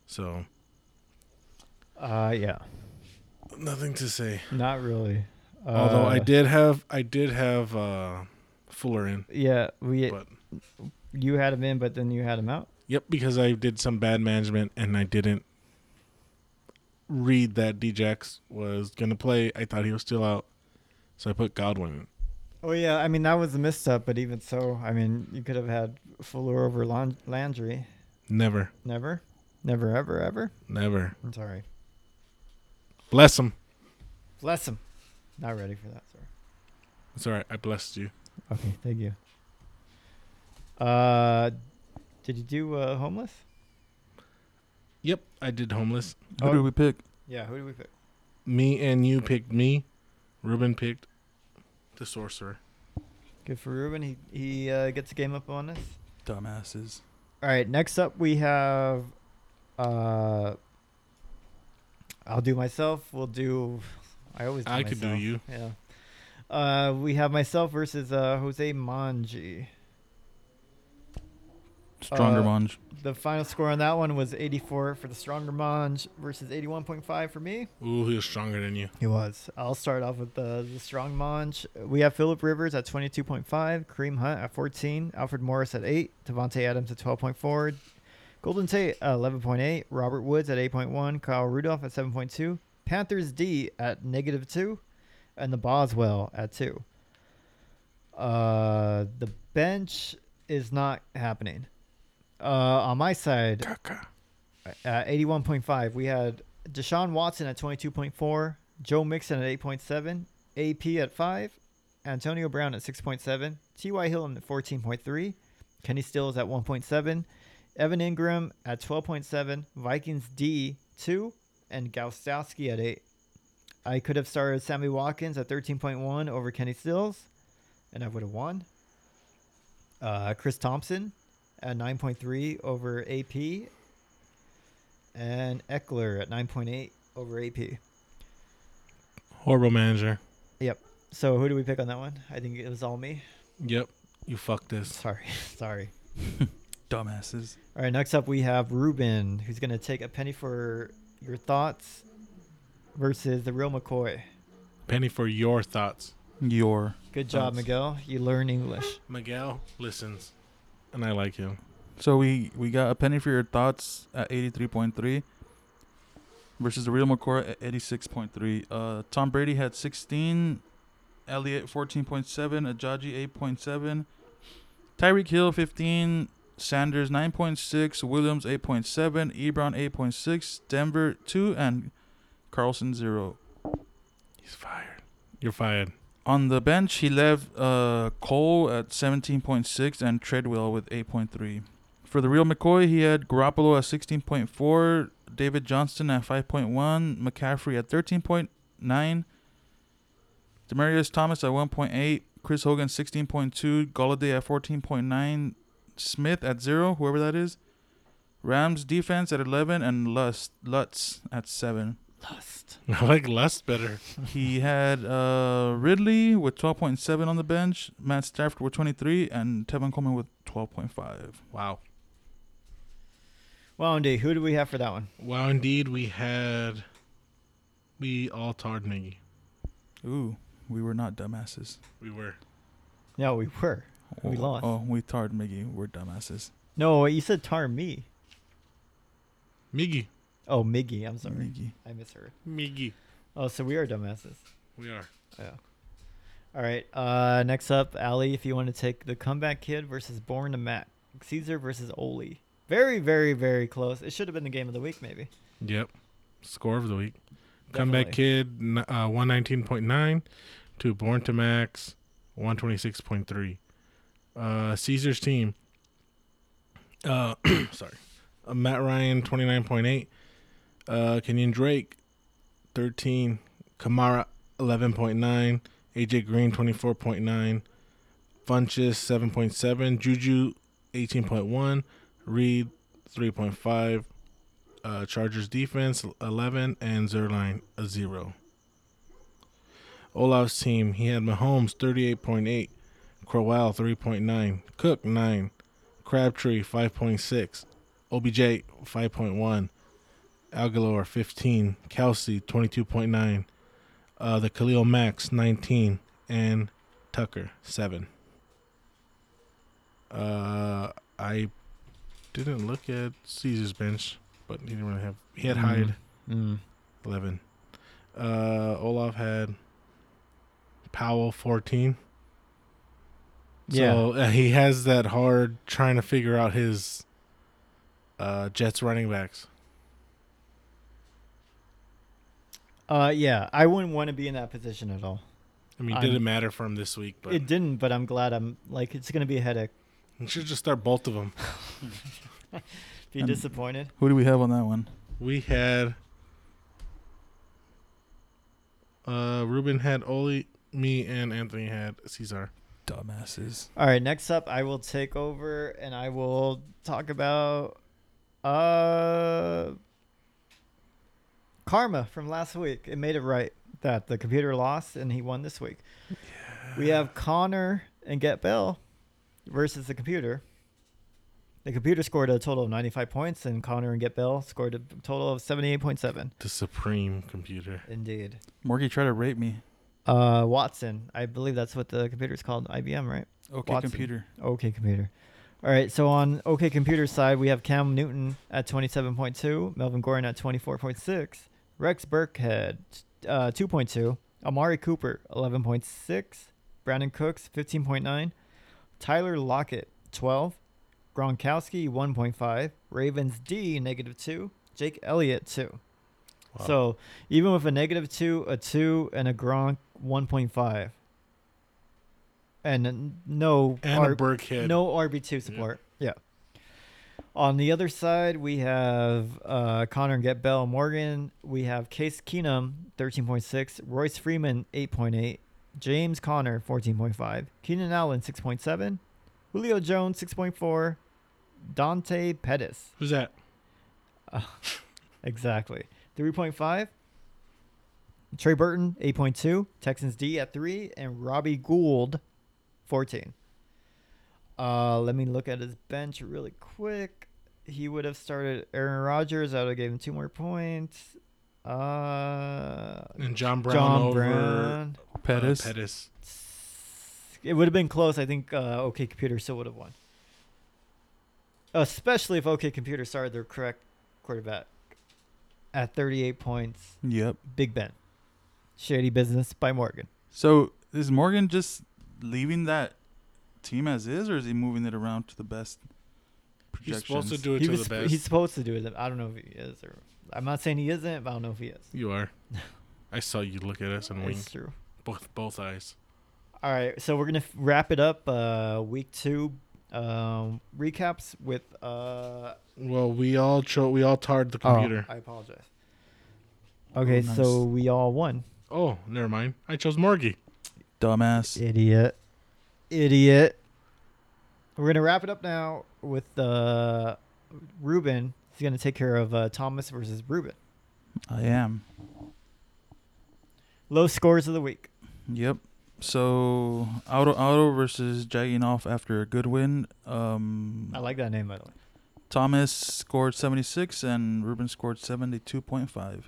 So
Uh, yeah,
nothing to say.
not really. Uh,
Although I did have I did have uh, Fuller in,
yeah, we
but
you had him in, but then you had him out.
Yep, because I did some bad management and I didn't read that Djax was going to play. I thought he was still out. So I put Godwin
Oh yeah, I mean that was a misstep, but even so, I mean you could have had Fuller over Lan- Landry.
in. Never,
Never, never, ever, ever.
never.
I'm sorry.
Bless him.
Bless him. Not ready for that. Sorry.
It's all right. I blessed you.
Okay, thank you. Uh, did you do uh, homeless?
Yep, I did homeless.
Who
Oh.
do we pick?
Yeah. Who did we pick?
Me and you picked me. Ruben picked the sorcerer.
Good for Ruben. He he uh, gets a game up on us.
Dumbasses.
All right. Next up, we have. Uh, I'll do myself. We'll do. I always. Do
I could do
myself.
you.
Yeah. Uh, we have myself versus uh, Jose Manji.
Stronger
Uh,
Monge.
The final score on that one was 84 for the stronger Monj versus 81.5 for me.
Ooh, he was stronger than you.
He was. I'll start off with the, the strong munch. We have Philip Rivers at 22.5, Kareem Hunt at 14, Alfred Morris at 8, Devontae Adams at 12.4, Golden Tate at 11.8, Robert Woods at 8.1, Kyle Rudolph at 7.2, Panthers D at negative 2, and the Boswell at 2. Uh, the bench is not happening. Uh, on my side, at 81.5. We had Deshaun Watson at 22.4, Joe Mixon at 8.7, AP at 5, Antonio Brown at 6.7, T.Y. Hilton at 14.3, Kenny Stills at 1.7, Evan Ingram at 12.7, Vikings D 2, and Gaustowski at 8. I could have started Sammy Watkins at 13.1 over Kenny Stills, and I would have won. Uh, Chris Thompson at 9.3 over AP, and Eckler at 9.8 over AP.
Horrible manager.
Yep. So who do we pick on that one? I think it was all me.
Yep, you fucked this.
Sorry. Sorry.
Dumbasses.
All right. Next up, we have Ruben, who's going to take a penny for your thoughts versus the real McCoy.
Penny for your thoughts.
Your.
Good job,
Thoughts.
Miguel. You learn English.
Miguel listens, and I like him.
So we we got a penny for your thoughts at 83.3 versus the real McCoy at 86.3. Uh, Tom Brady had 16, Elliott 14.7, Ajaji 8.7, Tyreek Hill 15, Sanders 9.6, Williams 8.7, Ebron 8.6, Denver 2, and Carlson 0.
He's fired. You're fired.
On the bench, he left uh, Cole at 17.6 and Treadwell with 8.3. For the real McCoy, he had Garoppolo at 16.4, David Johnston at 5.1, McCaffrey at 13.9, Demarius Thomas at 1.8, Chris Hogan 16.2, Galladay at 14.9, Smith at 0, whoever that is, Rams defense at 11, and Lust, Lutz at 7.
I like Lust better.
He had uh, Ridley with 12.7 on the bench, Matt Stafford with 23, and Tevin Coleman with 12.5.
Wow.
Well, Andy, who do we have for that one?
Wow, indeed, we had we all tarred Niggy.
Ooh, we were not dumbasses.
We were.
No, we were. We
oh,
lost.
Oh, we tarred Miggy. We're dumbasses.
No, you said tar me.
Miggy.
Oh, Miggy. I'm sorry.
Miggy.
I misheard.
Miggy.
Oh, so we are dumbasses.
We are.
Yeah. All right. Uh, next up, Ali, if you want to take the comeback kid versus Born to Mac, Caesar versus Oli. Very, very, very close. It should have been the game of the week, maybe.
Yep. Score of the week. Comeback
Definitely.
Kid n- uh, 119.9 to Born to Max 126.3. Uh, Caesar's team. Uh, sorry. Uh, Matt Ryan 29.8. Uh, Kenyon Drake 13. Kamara 11.9. AJ Green 24.9. Funches 7.7. Juju 18.1. Reed 3.5. uh, Chargers defense 11 and Zerline a 0. Olaf's team, he had Mahomes 38.8, Crowell 3.9, Cook 9, Crabtree 5.6, OBJ 5.1, Algalor 15, Kelsey 22.9, uh, the Khalil Max 19, and Tucker 7. Uh, I didn't look at Caesar's bench, but he didn't really have. He had Hyde
Mm.
eleven. Uh, Olaf had Powell fourteen.
Yeah.
So uh, he has that hard trying to figure out his uh, Jets running backs.
Uh, yeah. I wouldn't want to be in that position at all.
I mean,
I'm-
didn't matter for him this week, but
It didn't, but I'm glad I'm like it's gonna be a headache.
you should just start both of them.
Be
And-
disappointed.
Who do we have on that one?
We had uh, Ruben had Oli, me, and Anthony had Caesar.
Dumbasses.
All right. Next up, I will take over and I will talk about uh karma from last week. It made it right that the computer lost and he won this week. We have Connor and Get Bell versus the computer. The computer scored a total of 95 points, and Connor and Get Bell scored a total of 78.7.
The supreme computer.
Indeed.
Morgy tried to rape me.
Uh, Watson. I believe that's what the computer's called. IBM, right?
Okay,
Watson.
computer.
OK Computer. All right, so on OK Computer's side, we have Cam Newton at 27.2, Melvin Gordon at 24.6, Rex Burkhead uh, 2.2, Amari Cooper 11.6, Brandon Cooks 15.9, Tyler Lockett 12, Gronkowski 1.5, Ravens D negative 2, Jake Elliott 2.
Wow.
So even with a negative 2, a 2, and a Gronk 1.5. And uh, no
And
R-
a Burkhead.
no RB2 support. Yeah. On the other side, we have uh, Connor and Get Bell Morgan. We have Case Keenum, 13.6. Royce Freeman, 8.8. James Connor, 14.5. Keenan Allen, 6.7. Julio Jones, 6.4. Dante Pettis,
Who's that?
exactly. 3.5. Trey Burton, 8.2. Texans D at 3. And Robbie Gould, 14. Uh, let me look at his bench really quick. He would have started Aaron Rodgers. I would have gave him two more points. Uh,
And John Brown
John
over
Brown.
Pettis.
Uh, Pettis.
It would have been close. I think uh, OK Computer still would have won. Especially if OK Computer started their correct quarterback at 38 points.
Yep.
Big Ben. Shady Business by Morgan.
So is Morgan just leaving that team as is, or is he moving it around to the best?
He's
Projections?
supposed to do it
He
to
was,
the best.
he's supposed to do it. I don't know if he is or I'm not saying he isn't, but I don't know if he is.
You are. I saw you look at us and wink.
It's true.
Both both eyes.
All right, so we're gonna f- wrap it up. Uh, week two um, recaps with. Uh,
Well, we all cho- we all tarred
Oh.
the computer.
I apologize. Okay,
Oh, nice.
so we all won.
Oh, never mind. I chose Morgy.
Dumbass.
Idiot. Idiot. We're gonna wrap it up now with uh, Ruben. He's gonna take care of uh, Thomas versus Ruben.
I am.
Low scores of the week.
Yep. So Auto Auto versus jagging off after a good win. Um,
I like that name by the way.
Thomas scored 76 and Ruben scored 72.5.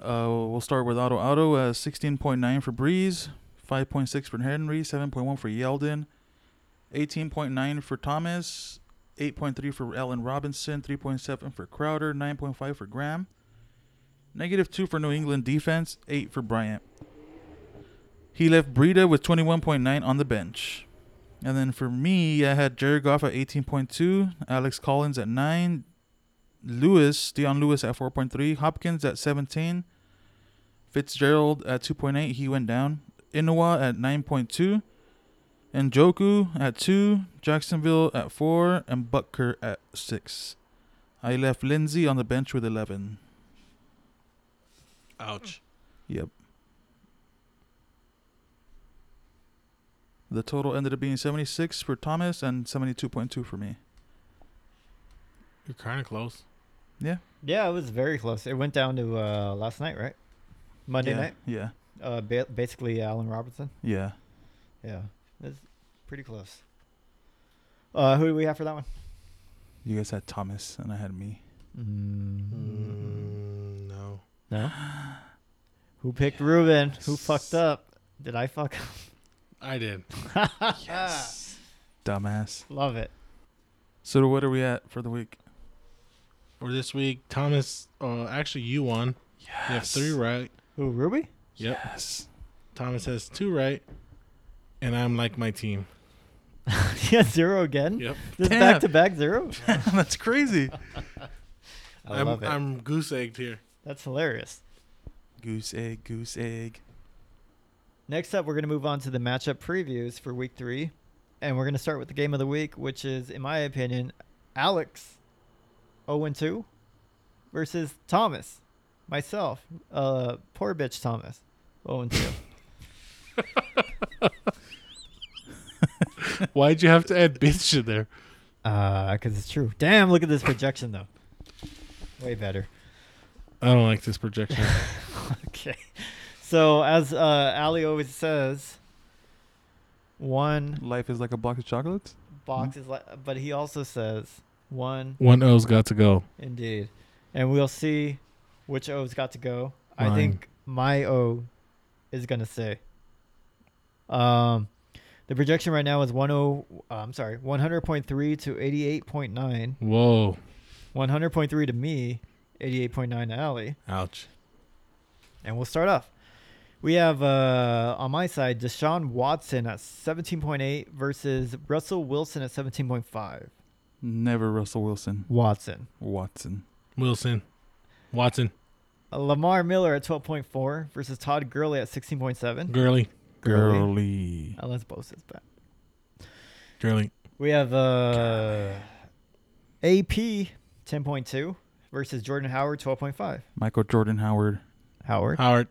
Uh, we'll start with Auto Auto. Uh, 16.9 for Breeze, 5.6 for Henry, 7.1 for Yeldon, 18.9 for Thomas, 8.3 for Allen Robinson, 3.7 for Crowder, 9.5 for Graham, negative 2 for New England defense, 8 for Bryant. He left Breida with 21.9 on the bench. And then for me, I had Jared Goff at 18.2, Alex Collins at 9, Lewis, Deion Lewis at 4.3, Hopkins at 17, Fitzgerald at 2.8, he went down, Inouye at 9.2, and Joku at 2, Jacksonville at 4, and Butker at 6. I left Lindsey on the bench with 11.
Ouch.
Yep. The total ended up being 76 for Thomas and 72.2 for me.
You're kind of close.
Yeah.
Yeah, it was very close. It went down to uh, last night, right? Monday
yeah.
night.
Yeah.
Uh, ba- basically, Allen Robertson.
Yeah.
Yeah, it's pretty close. Uh, who do we have for that one?
You guys had Thomas and I had me.
Mm, no.
No. Who picked Ruben? Who fucked up? Did I fuck up?
I did.
Dumbass.
Love it.
So what are we at for the week?
For this week, Thomas, uh, actually, you won. You have three right.
Who, Ruby?
Yep.
Yes.
Thomas has two right. And I'm like my team.
yeah, zero again.
Yep.
Just
Damn.
back to back zero.
That's crazy.
I
am
love it.
I'm goose egged here.
That's hilarious.
Goose egg, goose egg.
Next up, we're going to move on to the matchup previews for week three. And we're going to start with the game of the week, which is, in my opinion, Alex 0 2 versus Thomas, myself, uh, poor bitch Thomas 0 2.
Why'd you have to add bitch in there?
Because Uh, it's true. Damn, look at this projection, though. Way better.
I don't like this projection.
Okay. So, as uh, Ali always says, one
Life is like a box of chocolates.
box is like, but he also says, one
One O's got to go.
Indeed. And we'll see which O's got to go. I
Mine.
think my O is going to say. Um, the projection right now is 10 uh, I'm sorry, 100.3 to 88.9.
Whoa.
100.3 to me, 88.9 to Allie.
Ouch.
And we'll start off. We have uh, on my side Deshaun Watson at 17.8 versus Russell Wilson at 17.5.
Never Russell Wilson.
Watson.
Watson.
Wilson. Watson.
Uh, Lamar Miller at 12.4 versus Todd Gurley at 16.7.
Gurley.
Girly.
Unless Bosa's back.
Gurley.
We have uh, AP 10.2 versus Jordan Howard 12.5.
Michael Jordan Howard.
Howard.
Howard.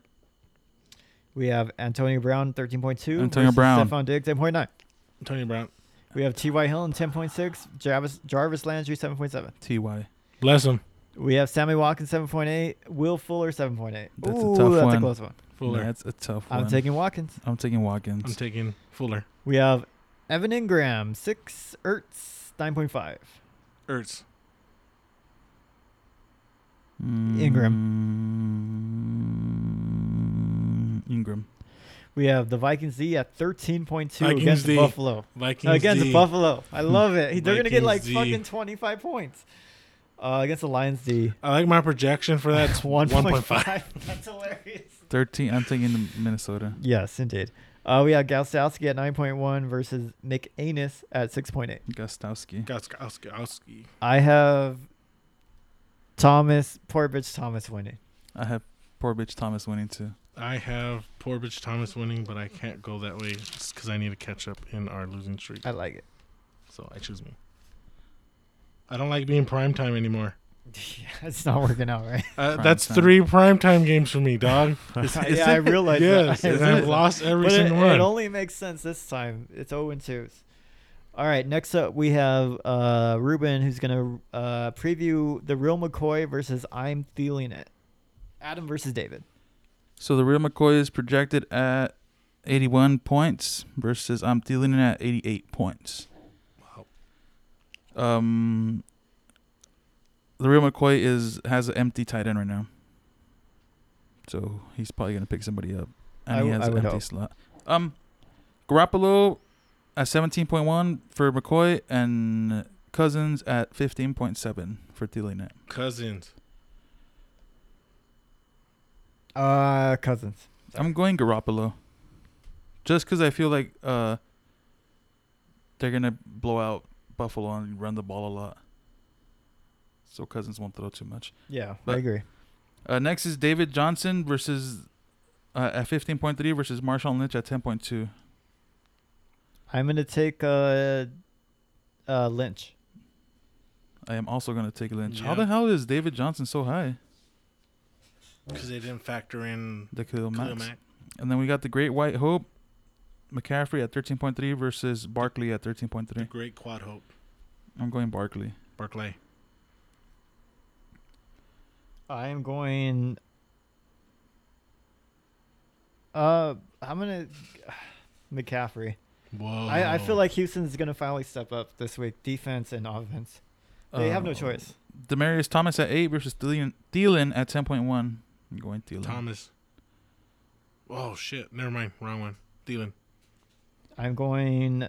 We have Antonio Brown 13.2.
Antonio
versus
Brown.
Stephon Diggs 8.9.
Antonio Brown.
We have T.Y. Hilton 10.6. Jarvis, Jarvis Landry 7.7.
Ty.
Bless him.
We have Sammy Watkins 7.8. Will Fuller 7.8.
That's a
Ooh,
tough
that's a
one.
close one.
Fuller.
That's a tough one.
I'm taking Watkins.
I'm taking Watkins.
I'm taking Fuller.
We have Evan Ingram 6. Ertz 9.5.
Ertz.
Mm. Ingram. Ingram.
We have the Vikings D at 13.2
Vikings
against
D.
Buffalo.
Vikings.
against
D.
Buffalo. I love it. He- They're going to get like
Vikings D.
fucking 25 points uh, against the Lions D.
I like my projection for that. 1.5.
1.5. That's hilarious.
13. I'm taking the Minnesota.
Yes, indeed. Uh, we have Gostowski at 9.1 versus Nick Anis at 6.8.
Gostowski.
Gostkowski.
I have Thomas, poor bitch Thomas winning.
I have poor bitch Thomas winning too.
I have poor bitch Thomas winning, but I can't go that way because I need to catch up in our losing streak.
I like it.
So I choose me. I don't like being prime time anymore.
it's not working out, right?
Uh,
Prime
that's
time.
three prime time games for me, dog.
yeah, I realize
yes,
that.
and I've lost every
But it,
single
it
one.
only makes sense this time. It's 0 and 2s. All right, next up we have uh, Ruben, who's going to uh, preview the real McCoy versus I'm feeling it. Adam versus David.
So the real McCoy is projected at 81 points versus I'm dealing at 88 points. Wow. Um, the real McCoy is has an empty tight end right now, so he's probably gonna pick somebody up, and
I
he
w-
has
I
an
would
empty
hope.
slot. Um, Garoppolo at 17.1 for McCoy and Cousins at 15.7 for Thielen.
Cousins.
Uh, Cousins.
I'm going Garoppolo. Just because I feel like uh, they're going to blow out Buffalo and run the ball a lot. So Cousins won't throw too much.
Yeah, I
But-
agree.
Uh, next is David Johnson versus uh, at 15.3 versus Marshawn Lynch at 10.2.
I'm going to take uh, uh, Lynch.
I am also going to take Lynch. How
Yeah.
the hell is David Johnson so high?
Because they didn't factor in
The Khalil
Khalil
Max.
Mack.
And then we got the Great White Hope, McCaffrey at 13.3 versus Barkley at
The
13.3.
great quad hope.
I'm going Barkley.
Barclay.
I am going. Uh, I'm gonna McCaffrey.
Whoa.
I, I feel like Houston's gonna finally step up this week, defense and offense. They have no
Oh.
Uh,
choice.
Demarius Thomas at eight versus Thielen, Thielen at ten point one. I'm going Thielen.
Thomas. Oh shit! Never mind. Wrong one. Thielen.
I'm going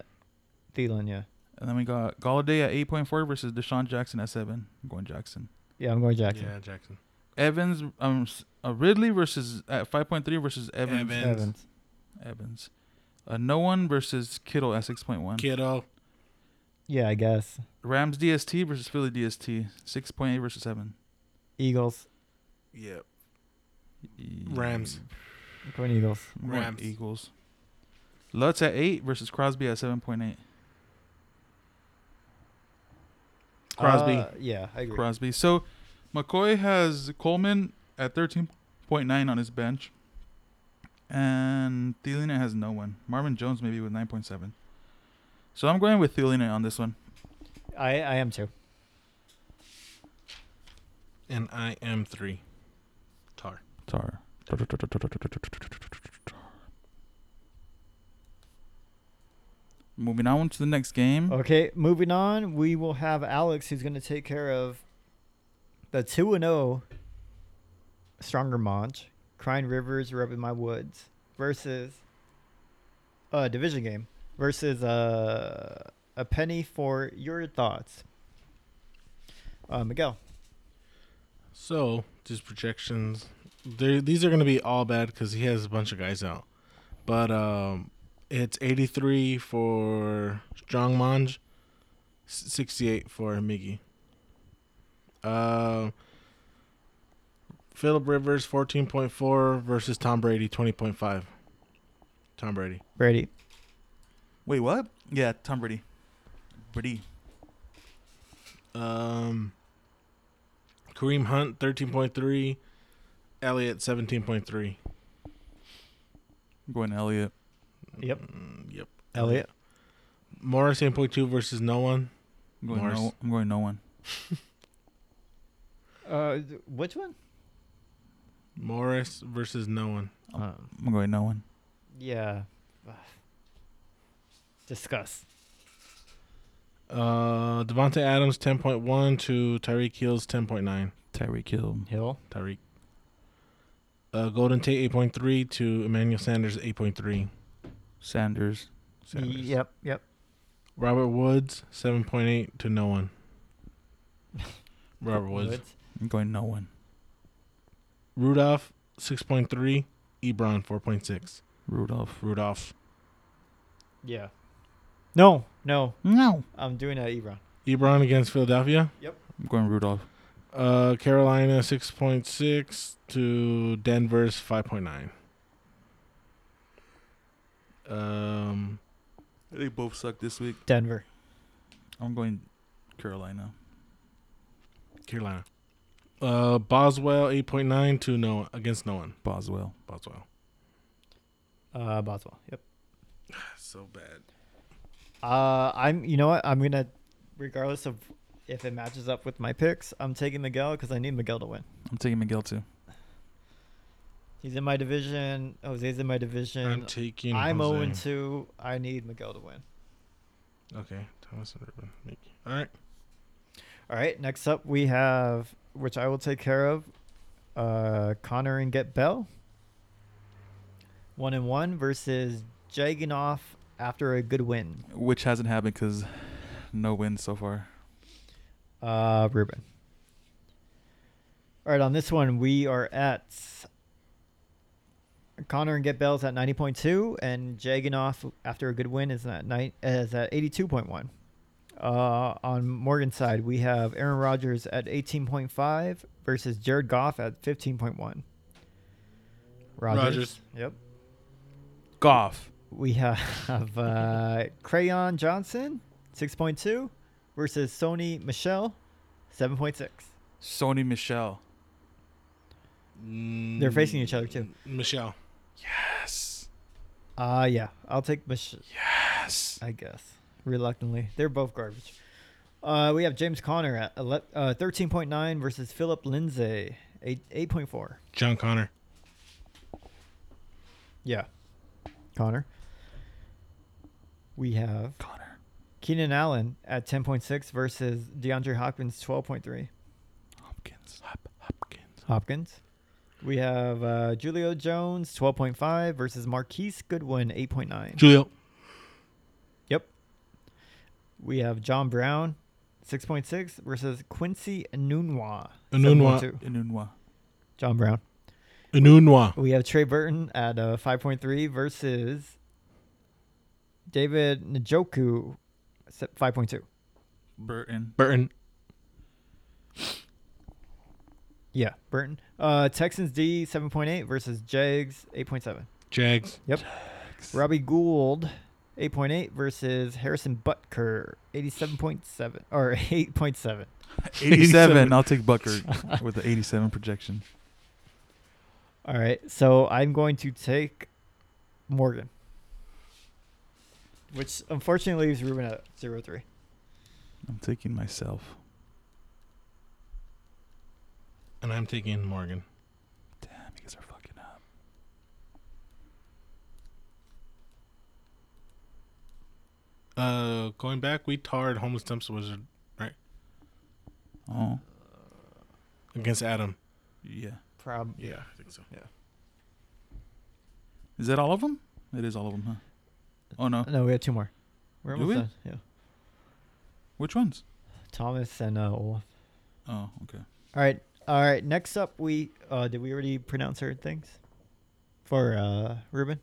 Thielen. Yeah,
And then we got Galladay at eight point four versus Deshaun Jackson at seven. I'm going Jackson.
yeah, I'm going Jackson.
Yeah, Jackson.
Evans, um, s- uh, Ridley versus at five point three versus Evans.
Evans.
Evans.
Evans. Uh, no one versus Kittle at six point one.
Kiddo.
Yeah, I guess
Rams DST versus Philly DST six point eight versus seven.
Eagles.
Yep.
E-
Rams.
I'm going Eagles.
I'm going
Rams.
Eagles. Lutz at eight versus Crosby at seven point eight.
Crosby.
Uh, yeah, I agree.
Crosby. So McCoy has Coleman at thirteen point nine on his bench. And Thielen has no one. Marvin Jones maybe with nine point seven. So I'm going with Thielen on this one.
I I am too.
and I am three. Tar.
Tar. Moving on to the next game.
Okay, moving on. We will have Alex, who's gonna take care of the two and zero stronger Monch, Crying Rivers, Rubbing My Woods versus uh division game versus uh a penny for your thoughts. Uh, Miguel.
So these projections, they these are gonna be all bad because he has a bunch of guys out. But um, it's 83 for Strong Monge, 68 for Miggy. Um, Philip Rivers 14.4 versus Tom Brady 20.5. Tom Brady.
Brady.
Wait, what? Yeah, Tom Brady. Brady.
Um, Kareem Hunt 13.3, Elliott 17.3.
I'm going Elliott.
Yep.
Mm, yep.
Elliot.
Morris 8.2 versus no one.
I'm going,
Morris.
no, I'm going no one.
Uh, th- which one?
Morris versus no one.
Um,
I'm going no one.
yeah. Ugh. Discuss.
Uh, Devonte Adams 10.1 to Tyreek Hill's 10.9.
Tyreek Hill.
Hill.
Tyreek. Uh, Golden Tate 8.3 to Emmanuel Sanders 8.3.
Sanders.
Sanders.
Yep. Yep.
Robert Woods 7.8 to no one. Robert Woods.
I'm going no one.
Rudolph 6.3. Ebron 4.6.
Rudolph.
Rudolph.
Yeah. No, no.
No.
I'm doing that, Ebron.
Ebron against Philadelphia.
I'm going Rudolph.
Uh, Carolina 6.6 to Denver's 5.9. Um,
They both suck this week.
Denver.
I'm going Carolina.
Carolina. Uh, Boswell 8.9 to no against no one.
Boswell.
Boswell.
Uh, Boswell. Yep.
So bad.
Uh, I'm. You know what? I'm gonna, regardless of if it matches up with my picks, I'm taking Miguel because I need Miguel to win.
I'm taking Miguel too.
He's in my division. Jose's in my
I'm
division.
taking.
I'm
Jose.
0 2. I need Miguel to win.
Okay, Thomas and Urban. Mickey. All right.
All right. Next up, we have which I will take care of. Uh, Connor and Get Bell. One and one versus Jaginoff after a good win.
Which hasn't happened because no wins so far.
Uh, Ruben. All right, on this one, we are at Connor and Get Bell's at 90.2, and Jaganoff, after a good win, is at, nine, is at 82.1. Uh, on Morgan's side, we have Aaron Rodgers at 18.5 versus Jared Goff at 15.1. Rodgers.
Rodgers.
Yep.
Goff.
We have uh, Crayon Johnson, 6.2, versus Sony Michelle, 7.6.
Sony Michelle.
They're facing each other too.
Michelle.
Yes.
Uh yeah, I'll take Mich-
Yes.
I guess reluctantly. They're both garbage. Uh, we have James Conner at ele- uh, 13.9 versus Philip Lindsay Eight eight point four.
John Connor.
Yeah. Connor. We have Connor. Keenan Allen at ten point six versus DeAndre Hopkins twelve point three.
Hopkins. Hop, Hopkins.
Hopkins. We have uh, Julio Jones twelve point five versus Marquise Goodwin eight point nine.
Julio.
Yep. We have John Brown, six point six versus Quincy Anunwa.
Anunwa.
7.2.
Inunwa.
John Brown.
Anunua.
We have Trey Burton at uh, five point three versus David Njoku, five point two.
Burton.
Burton.
Yeah, Burton. Uh, Texans D seven point eight versus Jags eight point seven.
Jags.
Robbie Gould, 8.8 versus Harrison Butker, 87.7 or 8.7.
87. I'll take Bucker with the 87 projection.
All right, so I'm going to take Morgan, which unfortunately leaves Ruben at 0-3.
I'm taking myself.
And I'm taking Morgan.
Damn, you guys are fucking up.
Uh, going back, we tarred Homeless Tempest Wizard
Oh,
against Adam.
yeah.
Prob.
Yeah, I think so.
Is that all of them? It is all of them, huh? Oh, no.
No, we have two more. We're
Do
almost
we?
done. Yeah.
Which ones?
Thomas and uh, Olaf.
Oh, okay.
All right. All right. Next up, we uh, did we already pronounce our things for uh, Ruben?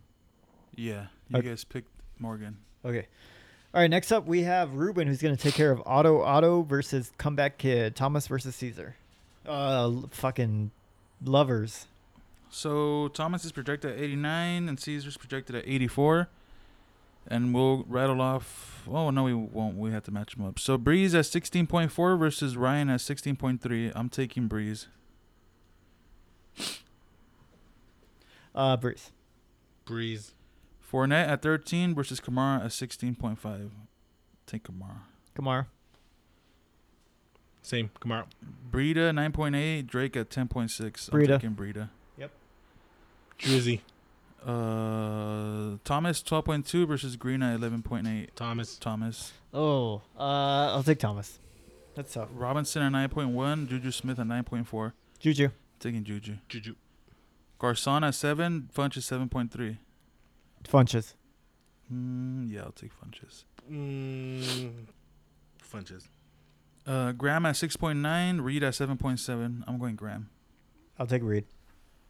Yeah. You
Okay.
guys picked Morgan.
Okay. All right. Next up, we have Ruben, who's going to take care of Otto Otto versus Comeback Kid, Thomas versus Caesar. Uh, l- fucking lovers.
So Thomas is projected at 89 and Caesar's projected at 84. And we'll rattle off. Oh, no, we won't. We have to match them up. So Breeze at 16.4 versus Ryan at 16.3. I'm taking Breeze.
Uh, Breeze.
Breeze.
Fournette at 13 versus Kamara at 16.5. Take Kamara.
Kamara.
Same. Kamara.
Breida 9.8. Drake at
Breida.
10.6. I'm taking Breida.
Drizzy.
Uh, Thomas 12.2 versus Green at 11.8.
Thomas.
Thomas.
Oh, uh, I'll take Thomas. That's tough.
Robinson at 9.1. Juju Smith at 9.4.
Juju.
Taking Juju.
Juju.
Garcon at seven, Funch is seven point three.
Funches.
Mm, yeah, I'll take Funches.
Mm, Funches.
Uh, Graham at six point nine, Reed at seven point seven. I'm going Graham.
I'll take Reed.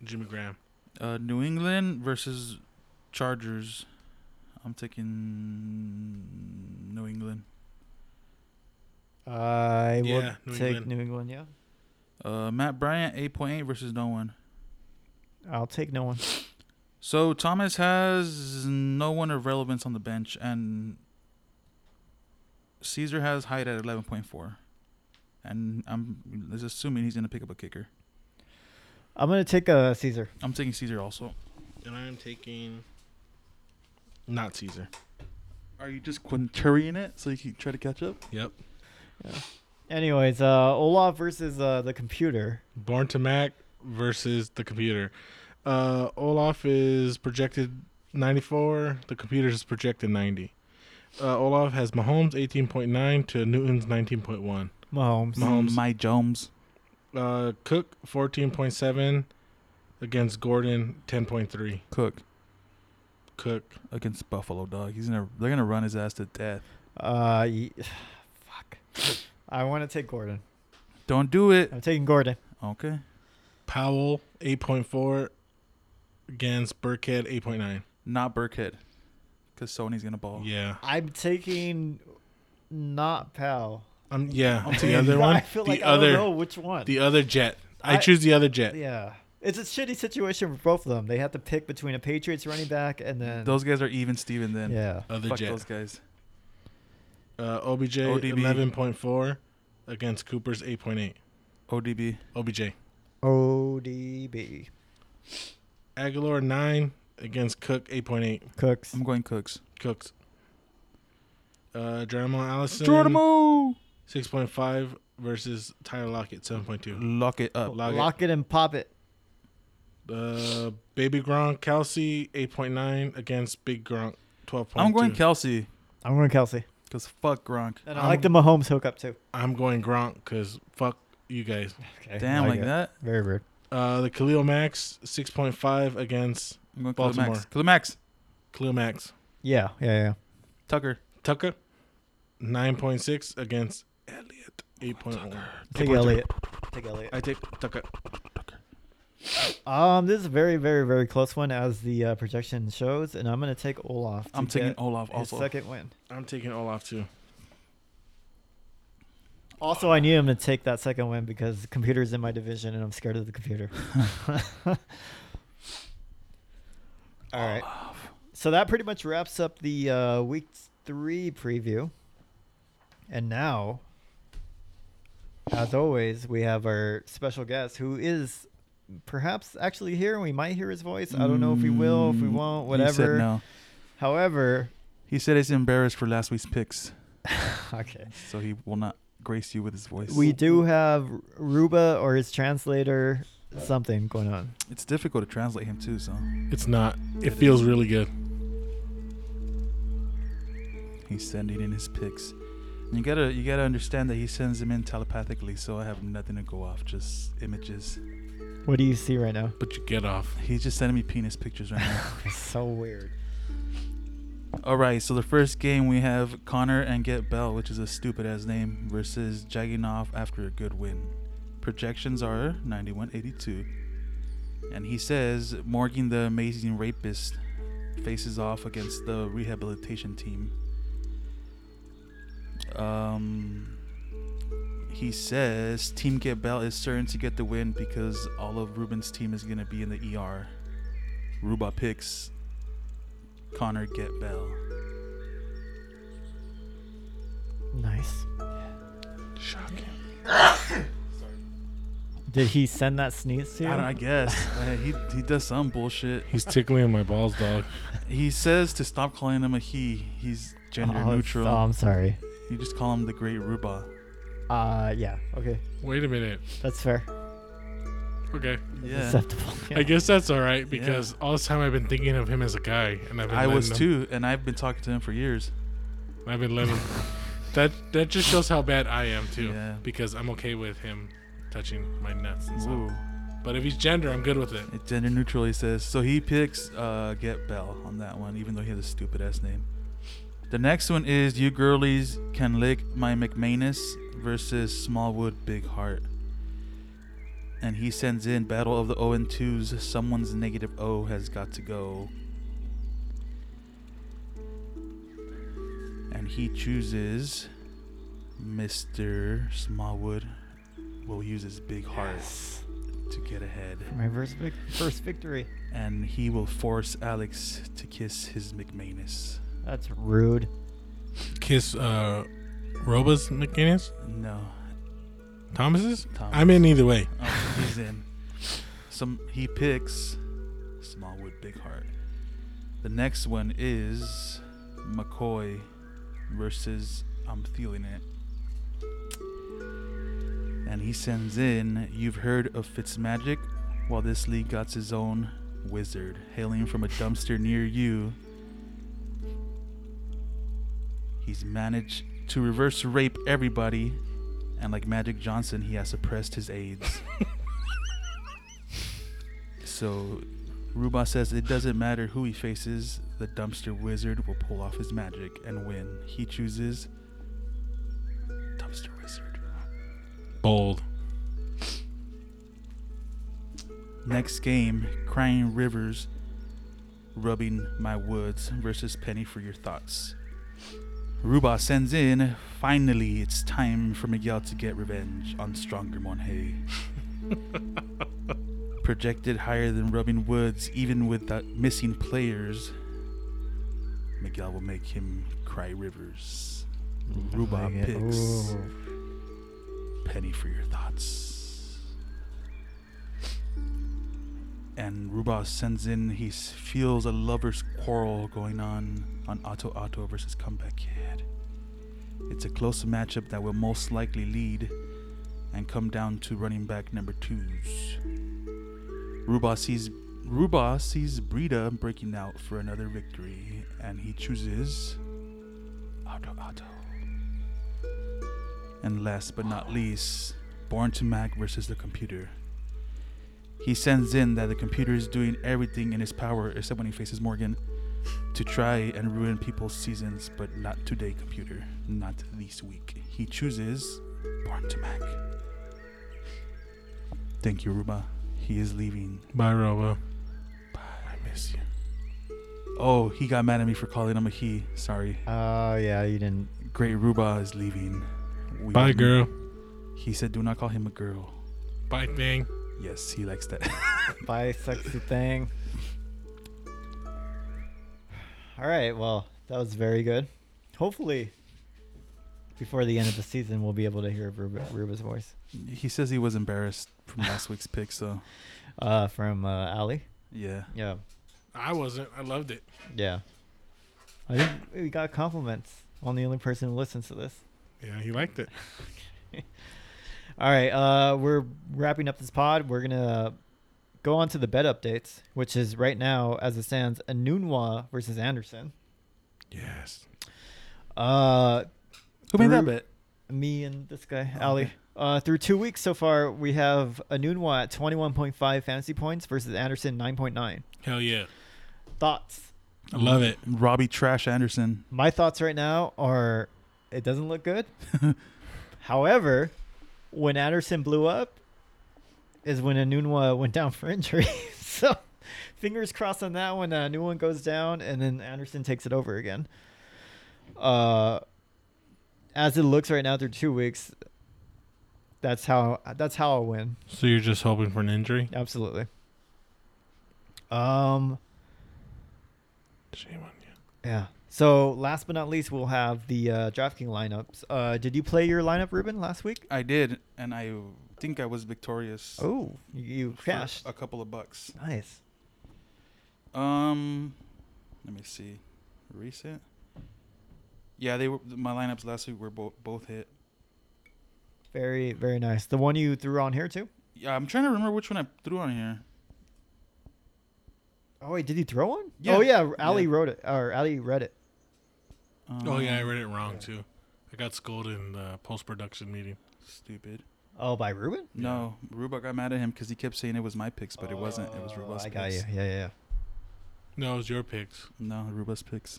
Jimmy Graham.
Uh, New England versus Chargers. I'm taking New England.
I will
Yeah, New
take
England.
New England. Yeah.
Uh, Matt Bryant eight point eight versus no one.
I'll take no one.
So Thomas has no one of relevance on the bench, and Caesar has Hyde at eleven point four. And I'm let's assuming he's gonna pick up a kicker.
I'm gonna take uh Caesar.
I'm taking Caesar also.
And I am taking. Not Caesar.
Are you just quinturrying it so you can try to catch up?
Yep.
Anyways, uh, Olaf versus uh the computer.
Born to Mac versus the computer. Uh, Olaf is projected 94. The computer is projected 90. Uh, Olaf has Mahomes 18.9 to Newton's 19.1.
Mahomes.
Mahomes.
My Jones.
Uh, Cook 14.7 against Gordon 10.3.
Cook
Cook.
against Buffalo Dog. He's gonna they're gonna run his ass to death.
Uh, ye- fuck. I want to take Gordon.
Don't do it.
I'm taking Gordon.
Okay.
Powell 8.4 against Burkhead 8.9.
Not Burkhead. Cause Sony's gonna ball.
Yeah.
I'm taking not Pal.
Um, yeah.
I'm
the
taking-
other one.
Oh, I feel like
the
I
other.
don't know which one.
The other jet.
I-
I, choose the other jet.
yeah. It's a shitty situation for both of them. They have to pick between a Patriots running back and then
Those guys are even Steven then.
yeah.
Other
Fuck
jet.
those guys.
Uh, OBJ
ODB.
11.4 against Cooper's 8.8.
ODB.
OBJ.
ODB
Aguilar 9 against Cook 8.8.
Cooks.
I'm going Cooks.
Cooks. Uh, Geronimo Allison
Geronimo.
6.5 versus Tyler Lockett, seven point two.
Lock it up.
Lockett,
Lock it and pop it.
uh, Baby Gronk, Kelsey, eight point nine against Big Gronk, twelve point
I'm going Kelsey
I'm going Kelsey.
because fuck Gronk.
And I like the Mahomes hookup too.
I'm going Gronk because fuck you guys.
Okay,
Damn, like that.
Very rude.
Uh, the Khalil Max, six point five against
I'm going Khalil
Baltimore.
Max. Khalil Max.
Khalil Max.
Yeah, yeah, yeah.
Tucker.
Tucker, nine point six against Elliott, eight point
Oh,
one.
Take Elliott. Take Elliott.
I take Tucker.
Um, this is a very, very, very close one as the uh, projection shows, and I'm gonna take Olaf. to
I'm taking
get
Olaf
his
also.
second win.
I'm taking Olaf too.
Also, I need him to take that second win because the computer's in my division, and I'm scared of the computer. All right. So that pretty much wraps up the uh, week three preview. And now, as always, we have our special guest who is perhaps actually here, and we might hear his voice. I don't know if we will, if we
Mm,
won't,
He said
whatever.
no.
However,
He said he's embarrassed for last week's picks,
okay.
so he will not grace you with his voice.
We do have Ruba or his translator, something going on.
It's difficult to translate him too, so
It's not. It feels really good.
he's sending in his picks. And you gotta you gotta understand that he sends them in telepathically, so I have nothing to go off, just images.
What do you see right now?
But you get off.
He's just sending me penis pictures right now.
It's so weird.
All right, so the first game we have Connor and Get Bell, which is a stupid ass name, versus Jaginov after a good win. Projections are 9182. And he says Morgan the Amazing Rapist faces off against the rehabilitation team. Um, he says Team Get Bell is certain to get the win because all of Ruben's team is going to be in the ER. Ruba picks Connor Get Bell.
Nice.
Shocking.
Did he send that sneeze to you?
I, don't, I guess Uh, he he does some bullshit.
He's tickling my balls, dog.
He says to stop calling him a he. He's gender
Oh, it's-
neutral.
Oh, I'm sorry.
You just call him the Great Ruba.
Uh, yeah. Okay,
Wait a minute.
that's fair.
Okay.
Yeah,
Acceptable.
I guess that's all right
Yeah.
because all this time I've been thinking of him as a guy, and I've been
I
letting
was
him-
too, and I've been talking to him for years.
I've been letting. him- that that just shows how bad I am too,
Yeah.
because I'm okay with him touching my nuts and stuff.
Ooh,
But if he's gender, I'm good with it.
It's gender neutral. He says so. He picks uh, Get Bell on that one, even though he has a stupid ass name. The next one is you girlies can lick my McManus versus Smallwood Big Heart. And he sends in Battle of the O and Twos. Someone's negative O has got to go. And he chooses Mr. Smallwood. Will use his big heart to get ahead,
My first, vic- first victory.
and he will force Alex to kiss his McManus.
That's rude.
Kiss, uh, Robas McGinnis,
No,
Thomas's.
Thomas.
I'm in either way.
Oh, he's in. Some he picks Smallwood Big Heart. The next one is McCoy versus I'm feeling it. And he sends in You've heard of Fitzmagic? While this league got his own wizard hailing from a dumpster near you. He's managed to reverse rape everybody, and like Magic Johnson, he has suppressed his AIDS. so Ruba says it doesn't matter who he faces, the dumpster wizard will pull off his magic and win. He chooses Dumpster Wizard.
Bold.
Next game, Crying Rivers Rubbing My Woods versus Penny for Your Thoughts. Ruba sends in, finally it's time for Miguel to get revenge on Stronger Monhe. Projected higher than Rubbing Woods, even with the missing players, Miguel will make him cry rivers. Ruba
Like it.
picks
Oh, Ooh.
penny for your thoughts. And Rubas sends in, he s- feels a lover's quarrel going on on Otto Otto versus Comeback Kid. It's a close matchup that will most likely lead and come down to running back number twos. Ruba sees Ruba sees Brita breaking out for another victory, and he chooses Otto Otto. And last but not least, Born to Mac versus the computer. He sends in that the computer is doing everything in his power, except when he faces Morgan, to try and ruin people's seasons, but not today, computer. Not this week. He chooses Born to Mac. Thank you, Ruba. He is leaving.
Bye, Robo.
I miss you. Oh, he got mad at me for calling him a he. Sorry.
Oh yeah, you didn't.
Great Ruba is leaving. We
Bye,
will-
girl.
He said, do not call him a girl.
Bye, thing.
Yes, he likes that.
Bye, sexy thing. All right, well, that was very good. Hopefully, before the end of the season, we'll be able to hear Ruba, Ruba's voice
he says he was embarrassed from last week's pick, so
uh, from uh, Ali.
yeah.
Yeah,
I wasn't. I loved it.
yeah. I think we got compliments on the only person who listens to this.
Yeah, he liked it.
All right, uh, we're wrapping up this pod. We're gonna go on to the bet updates, which is right now, as it stands, Anunwa versus Anderson.
Yes.
Uh,
Who made that
Ru-
bet?
me and this guy,
Oh,
Ali.
okay.
Uh, through two weeks so far, we have Anunwa at 21.5 fantasy points versus Anderson 9.9.
Hell yeah.
Thoughts?
I love it.
Robbie Trash Anderson.
My thoughts right now are it doesn't look good. However, when Anderson blew up is when Anunwa went down for injury. so fingers crossed on that one. Uh, new one goes down and then Anderson takes it over again. Uh, as it looks right now through two weeks, that's how that's how I'll win.
So you're just hoping for an injury?
Absolutely. Um.
Shame on you.
Yeah. So last but not least, we'll have the uh, DraftKings lineups. Uh, did you play your lineup, Ruben, last week?
I did, and I think I was victorious.
Oh, you, you
for
crashed.
a couple of bucks.
Nice.
Um, let me see. Reset. Yeah, they were my lineups last week were both both hit.
Very, very nice. The one you threw on here too.
Yeah, I'm trying to remember which one I threw on here.
Oh wait, did you throw one?
Yeah.
Oh yeah, Ali
Yeah.
wrote it or Ali read it.
Um,
Oh, yeah, I read it wrong, too. I got scolded in the post production meeting.
Stupid.
Oh, by Ruben.
No, Ruba got mad at him because he kept saying it was my picks, but it wasn't. It was
Oh,
Ruba's
I
picks.
got you. Yeah, yeah. yeah.
No, it was your picks.
No, Ruba's picks.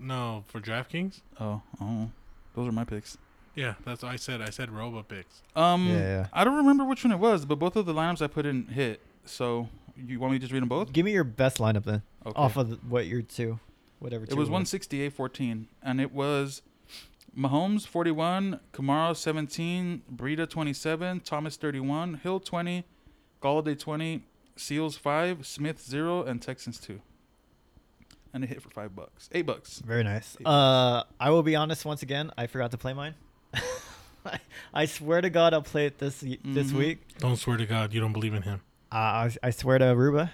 No, for DraftKings?
Oh, oh, those are my picks.
Yeah, that's what I said. I said Robo picks.
Um,
Yeah, yeah.
I don't remember which one it was, but both of the lineups I put in hit. So you want me to just read them both?
Give me your best lineup then,
Okay.
off of the, what your two, whatever.
It
two
was 168-14, and it was Mahomes 41, Kamara 17, Breida 27, Thomas 31, Hill 20, Galladay 20, Seals 5, Smith 0, and Texans 2. And it hit for 5 bucks. 8 bucks.
Very nice.
Eight
Uh, I will be honest once again. I forgot to play mine. I- I swear to God, I'll play it this y this
Mhm.
week.
Don't swear to God you don't believe in him.
Uh, I I swear to Aruba,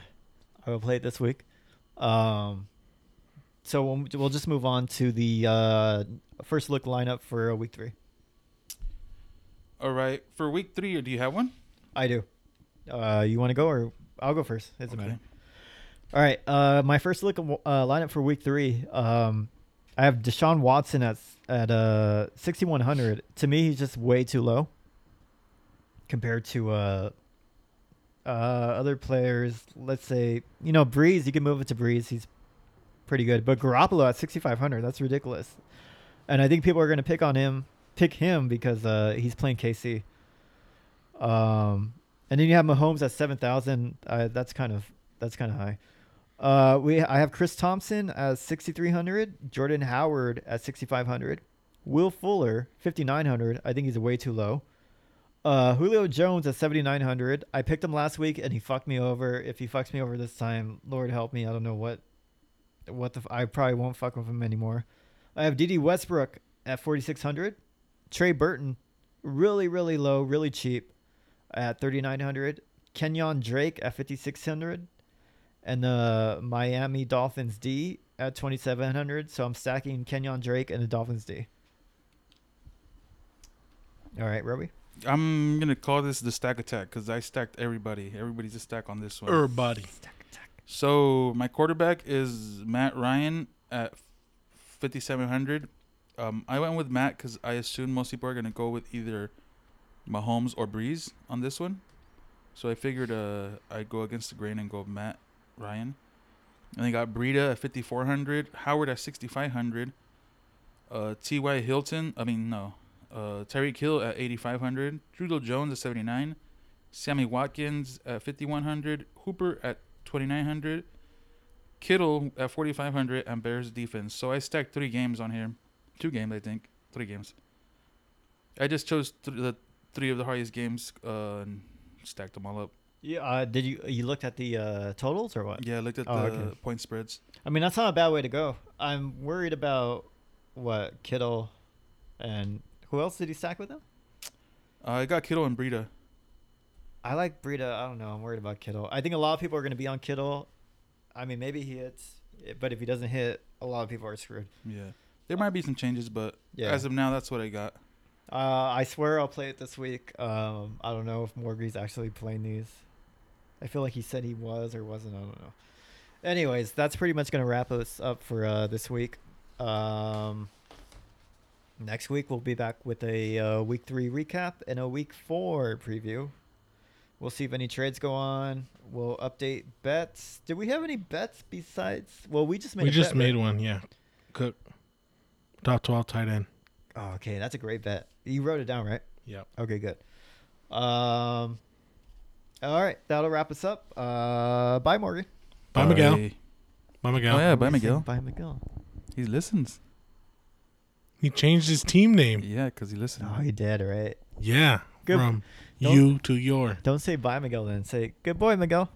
I will play it this week. Um, so we'll, we'll just move on to the uh, first look lineup for uh, week three.
All right. For week 3, do you have one?
I do. Uh, you want to go or I'll go first? Doesn't
Okay.
matter. All right. Uh, my first look at w- uh, lineup for week three. Um, I have Deshaun Watson at s- at uh 6100. To me, he's just way too low compared to uh uh other players. Let's say you know Breeze. You can move it to Breeze. He's pretty good. But Garoppolo at 6500. That's ridiculous. And I think people are going to pick on him, pick him because uh he's playing KC. Um, and then you have Mahomes at seven thousand. Uh, that's kind of that's kind of high. Uh, we I have Chris Thompson at sixty three hundred, Jordan Howard at sixty five hundred, Will Fuller fifty nine hundred. I think he's way too low. Uh, Julio Jones at seventy nine hundred. I picked him last week and he fucked me over. If he fucks me over this time, Lord help me. I don't know what, what the f- I probably won't fuck with him anymore. I have D.D. Westbrook at forty six hundred, Trey Burton, really really low, really cheap, at thirty nine hundred. Kenyon Drake at fifty six hundred and the Miami Dolphins D at 2700. So I'm stacking Kenyon Drake and the Dolphins D. All right, Roby.
I'm gonna call this the stack attack because I stacked everybody. Everybody's a stack on this one.
Everybody.
So my quarterback is Matt Ryan at 5700. Um, I went with Matt because I assume most people are gonna go with either Mahomes or Breeze on this one. So I figured uh, I'd go against the grain and go Matt Ryan. And they got Breida at 5400, Howard at 6500, uh, T.Y. Hilton. I mean no, uh, Tyreek Hill at 8500, Trudeau Jones at 79, Sammy Watkins at 5100, Hooper at 2900 kittle at 4500 and bears defense so i stacked three games on here two games i think three games i just chose th- the three of the hardest games uh and stacked them all up
Yeah. Uh, did you you looked at the uh, totals or what?
yeah i looked at
Oh,
the
okay.
point spreads
I mean, that's not a bad way to go. I'm worried about what Kittle and who else did he stack with him?
uh, i got kittle and Breida.
I like Breida. I don't know. I'm worried about Kittle. I think a lot of people are going to be on Kittle. I mean, maybe he hits, but if he doesn't hit, a lot of people are screwed.
yeah there might be some changes but
Yeah.
as of now that's what i got
Uh, I swear I'll play it this week. Um, I don't know if Morgy's actually playing these. I feel like he said he was or wasn't. I don't know. Anyways, that's pretty much gonna wrap us up for uh, this week. Um, next week we'll be back with a uh, week three recap and a week four preview. We'll see if any trades go on. We'll update bets. Did we have any bets besides? Well, we just made.
We
a
just
bet,
made
right?
one, yeah. Cook. Top 12 tight end.
Oh, okay, that's a great bet. You wrote it down, right?
Yep.
Okay, good. Um, all right, that'll wrap us up. Uh, bye, Morgan.
Bye, Miguel.
Bye.
Bye, Miguel.
oh yeah bye
He said
miguel
Bye, Miguel.
he listens
He changed his team name.
yeah because he listens
Oh, he did, right?
Yeah.
Good.
From
Don't-
you to your.
Don't say bye, Miguel, then. Say, good boy, Miguel.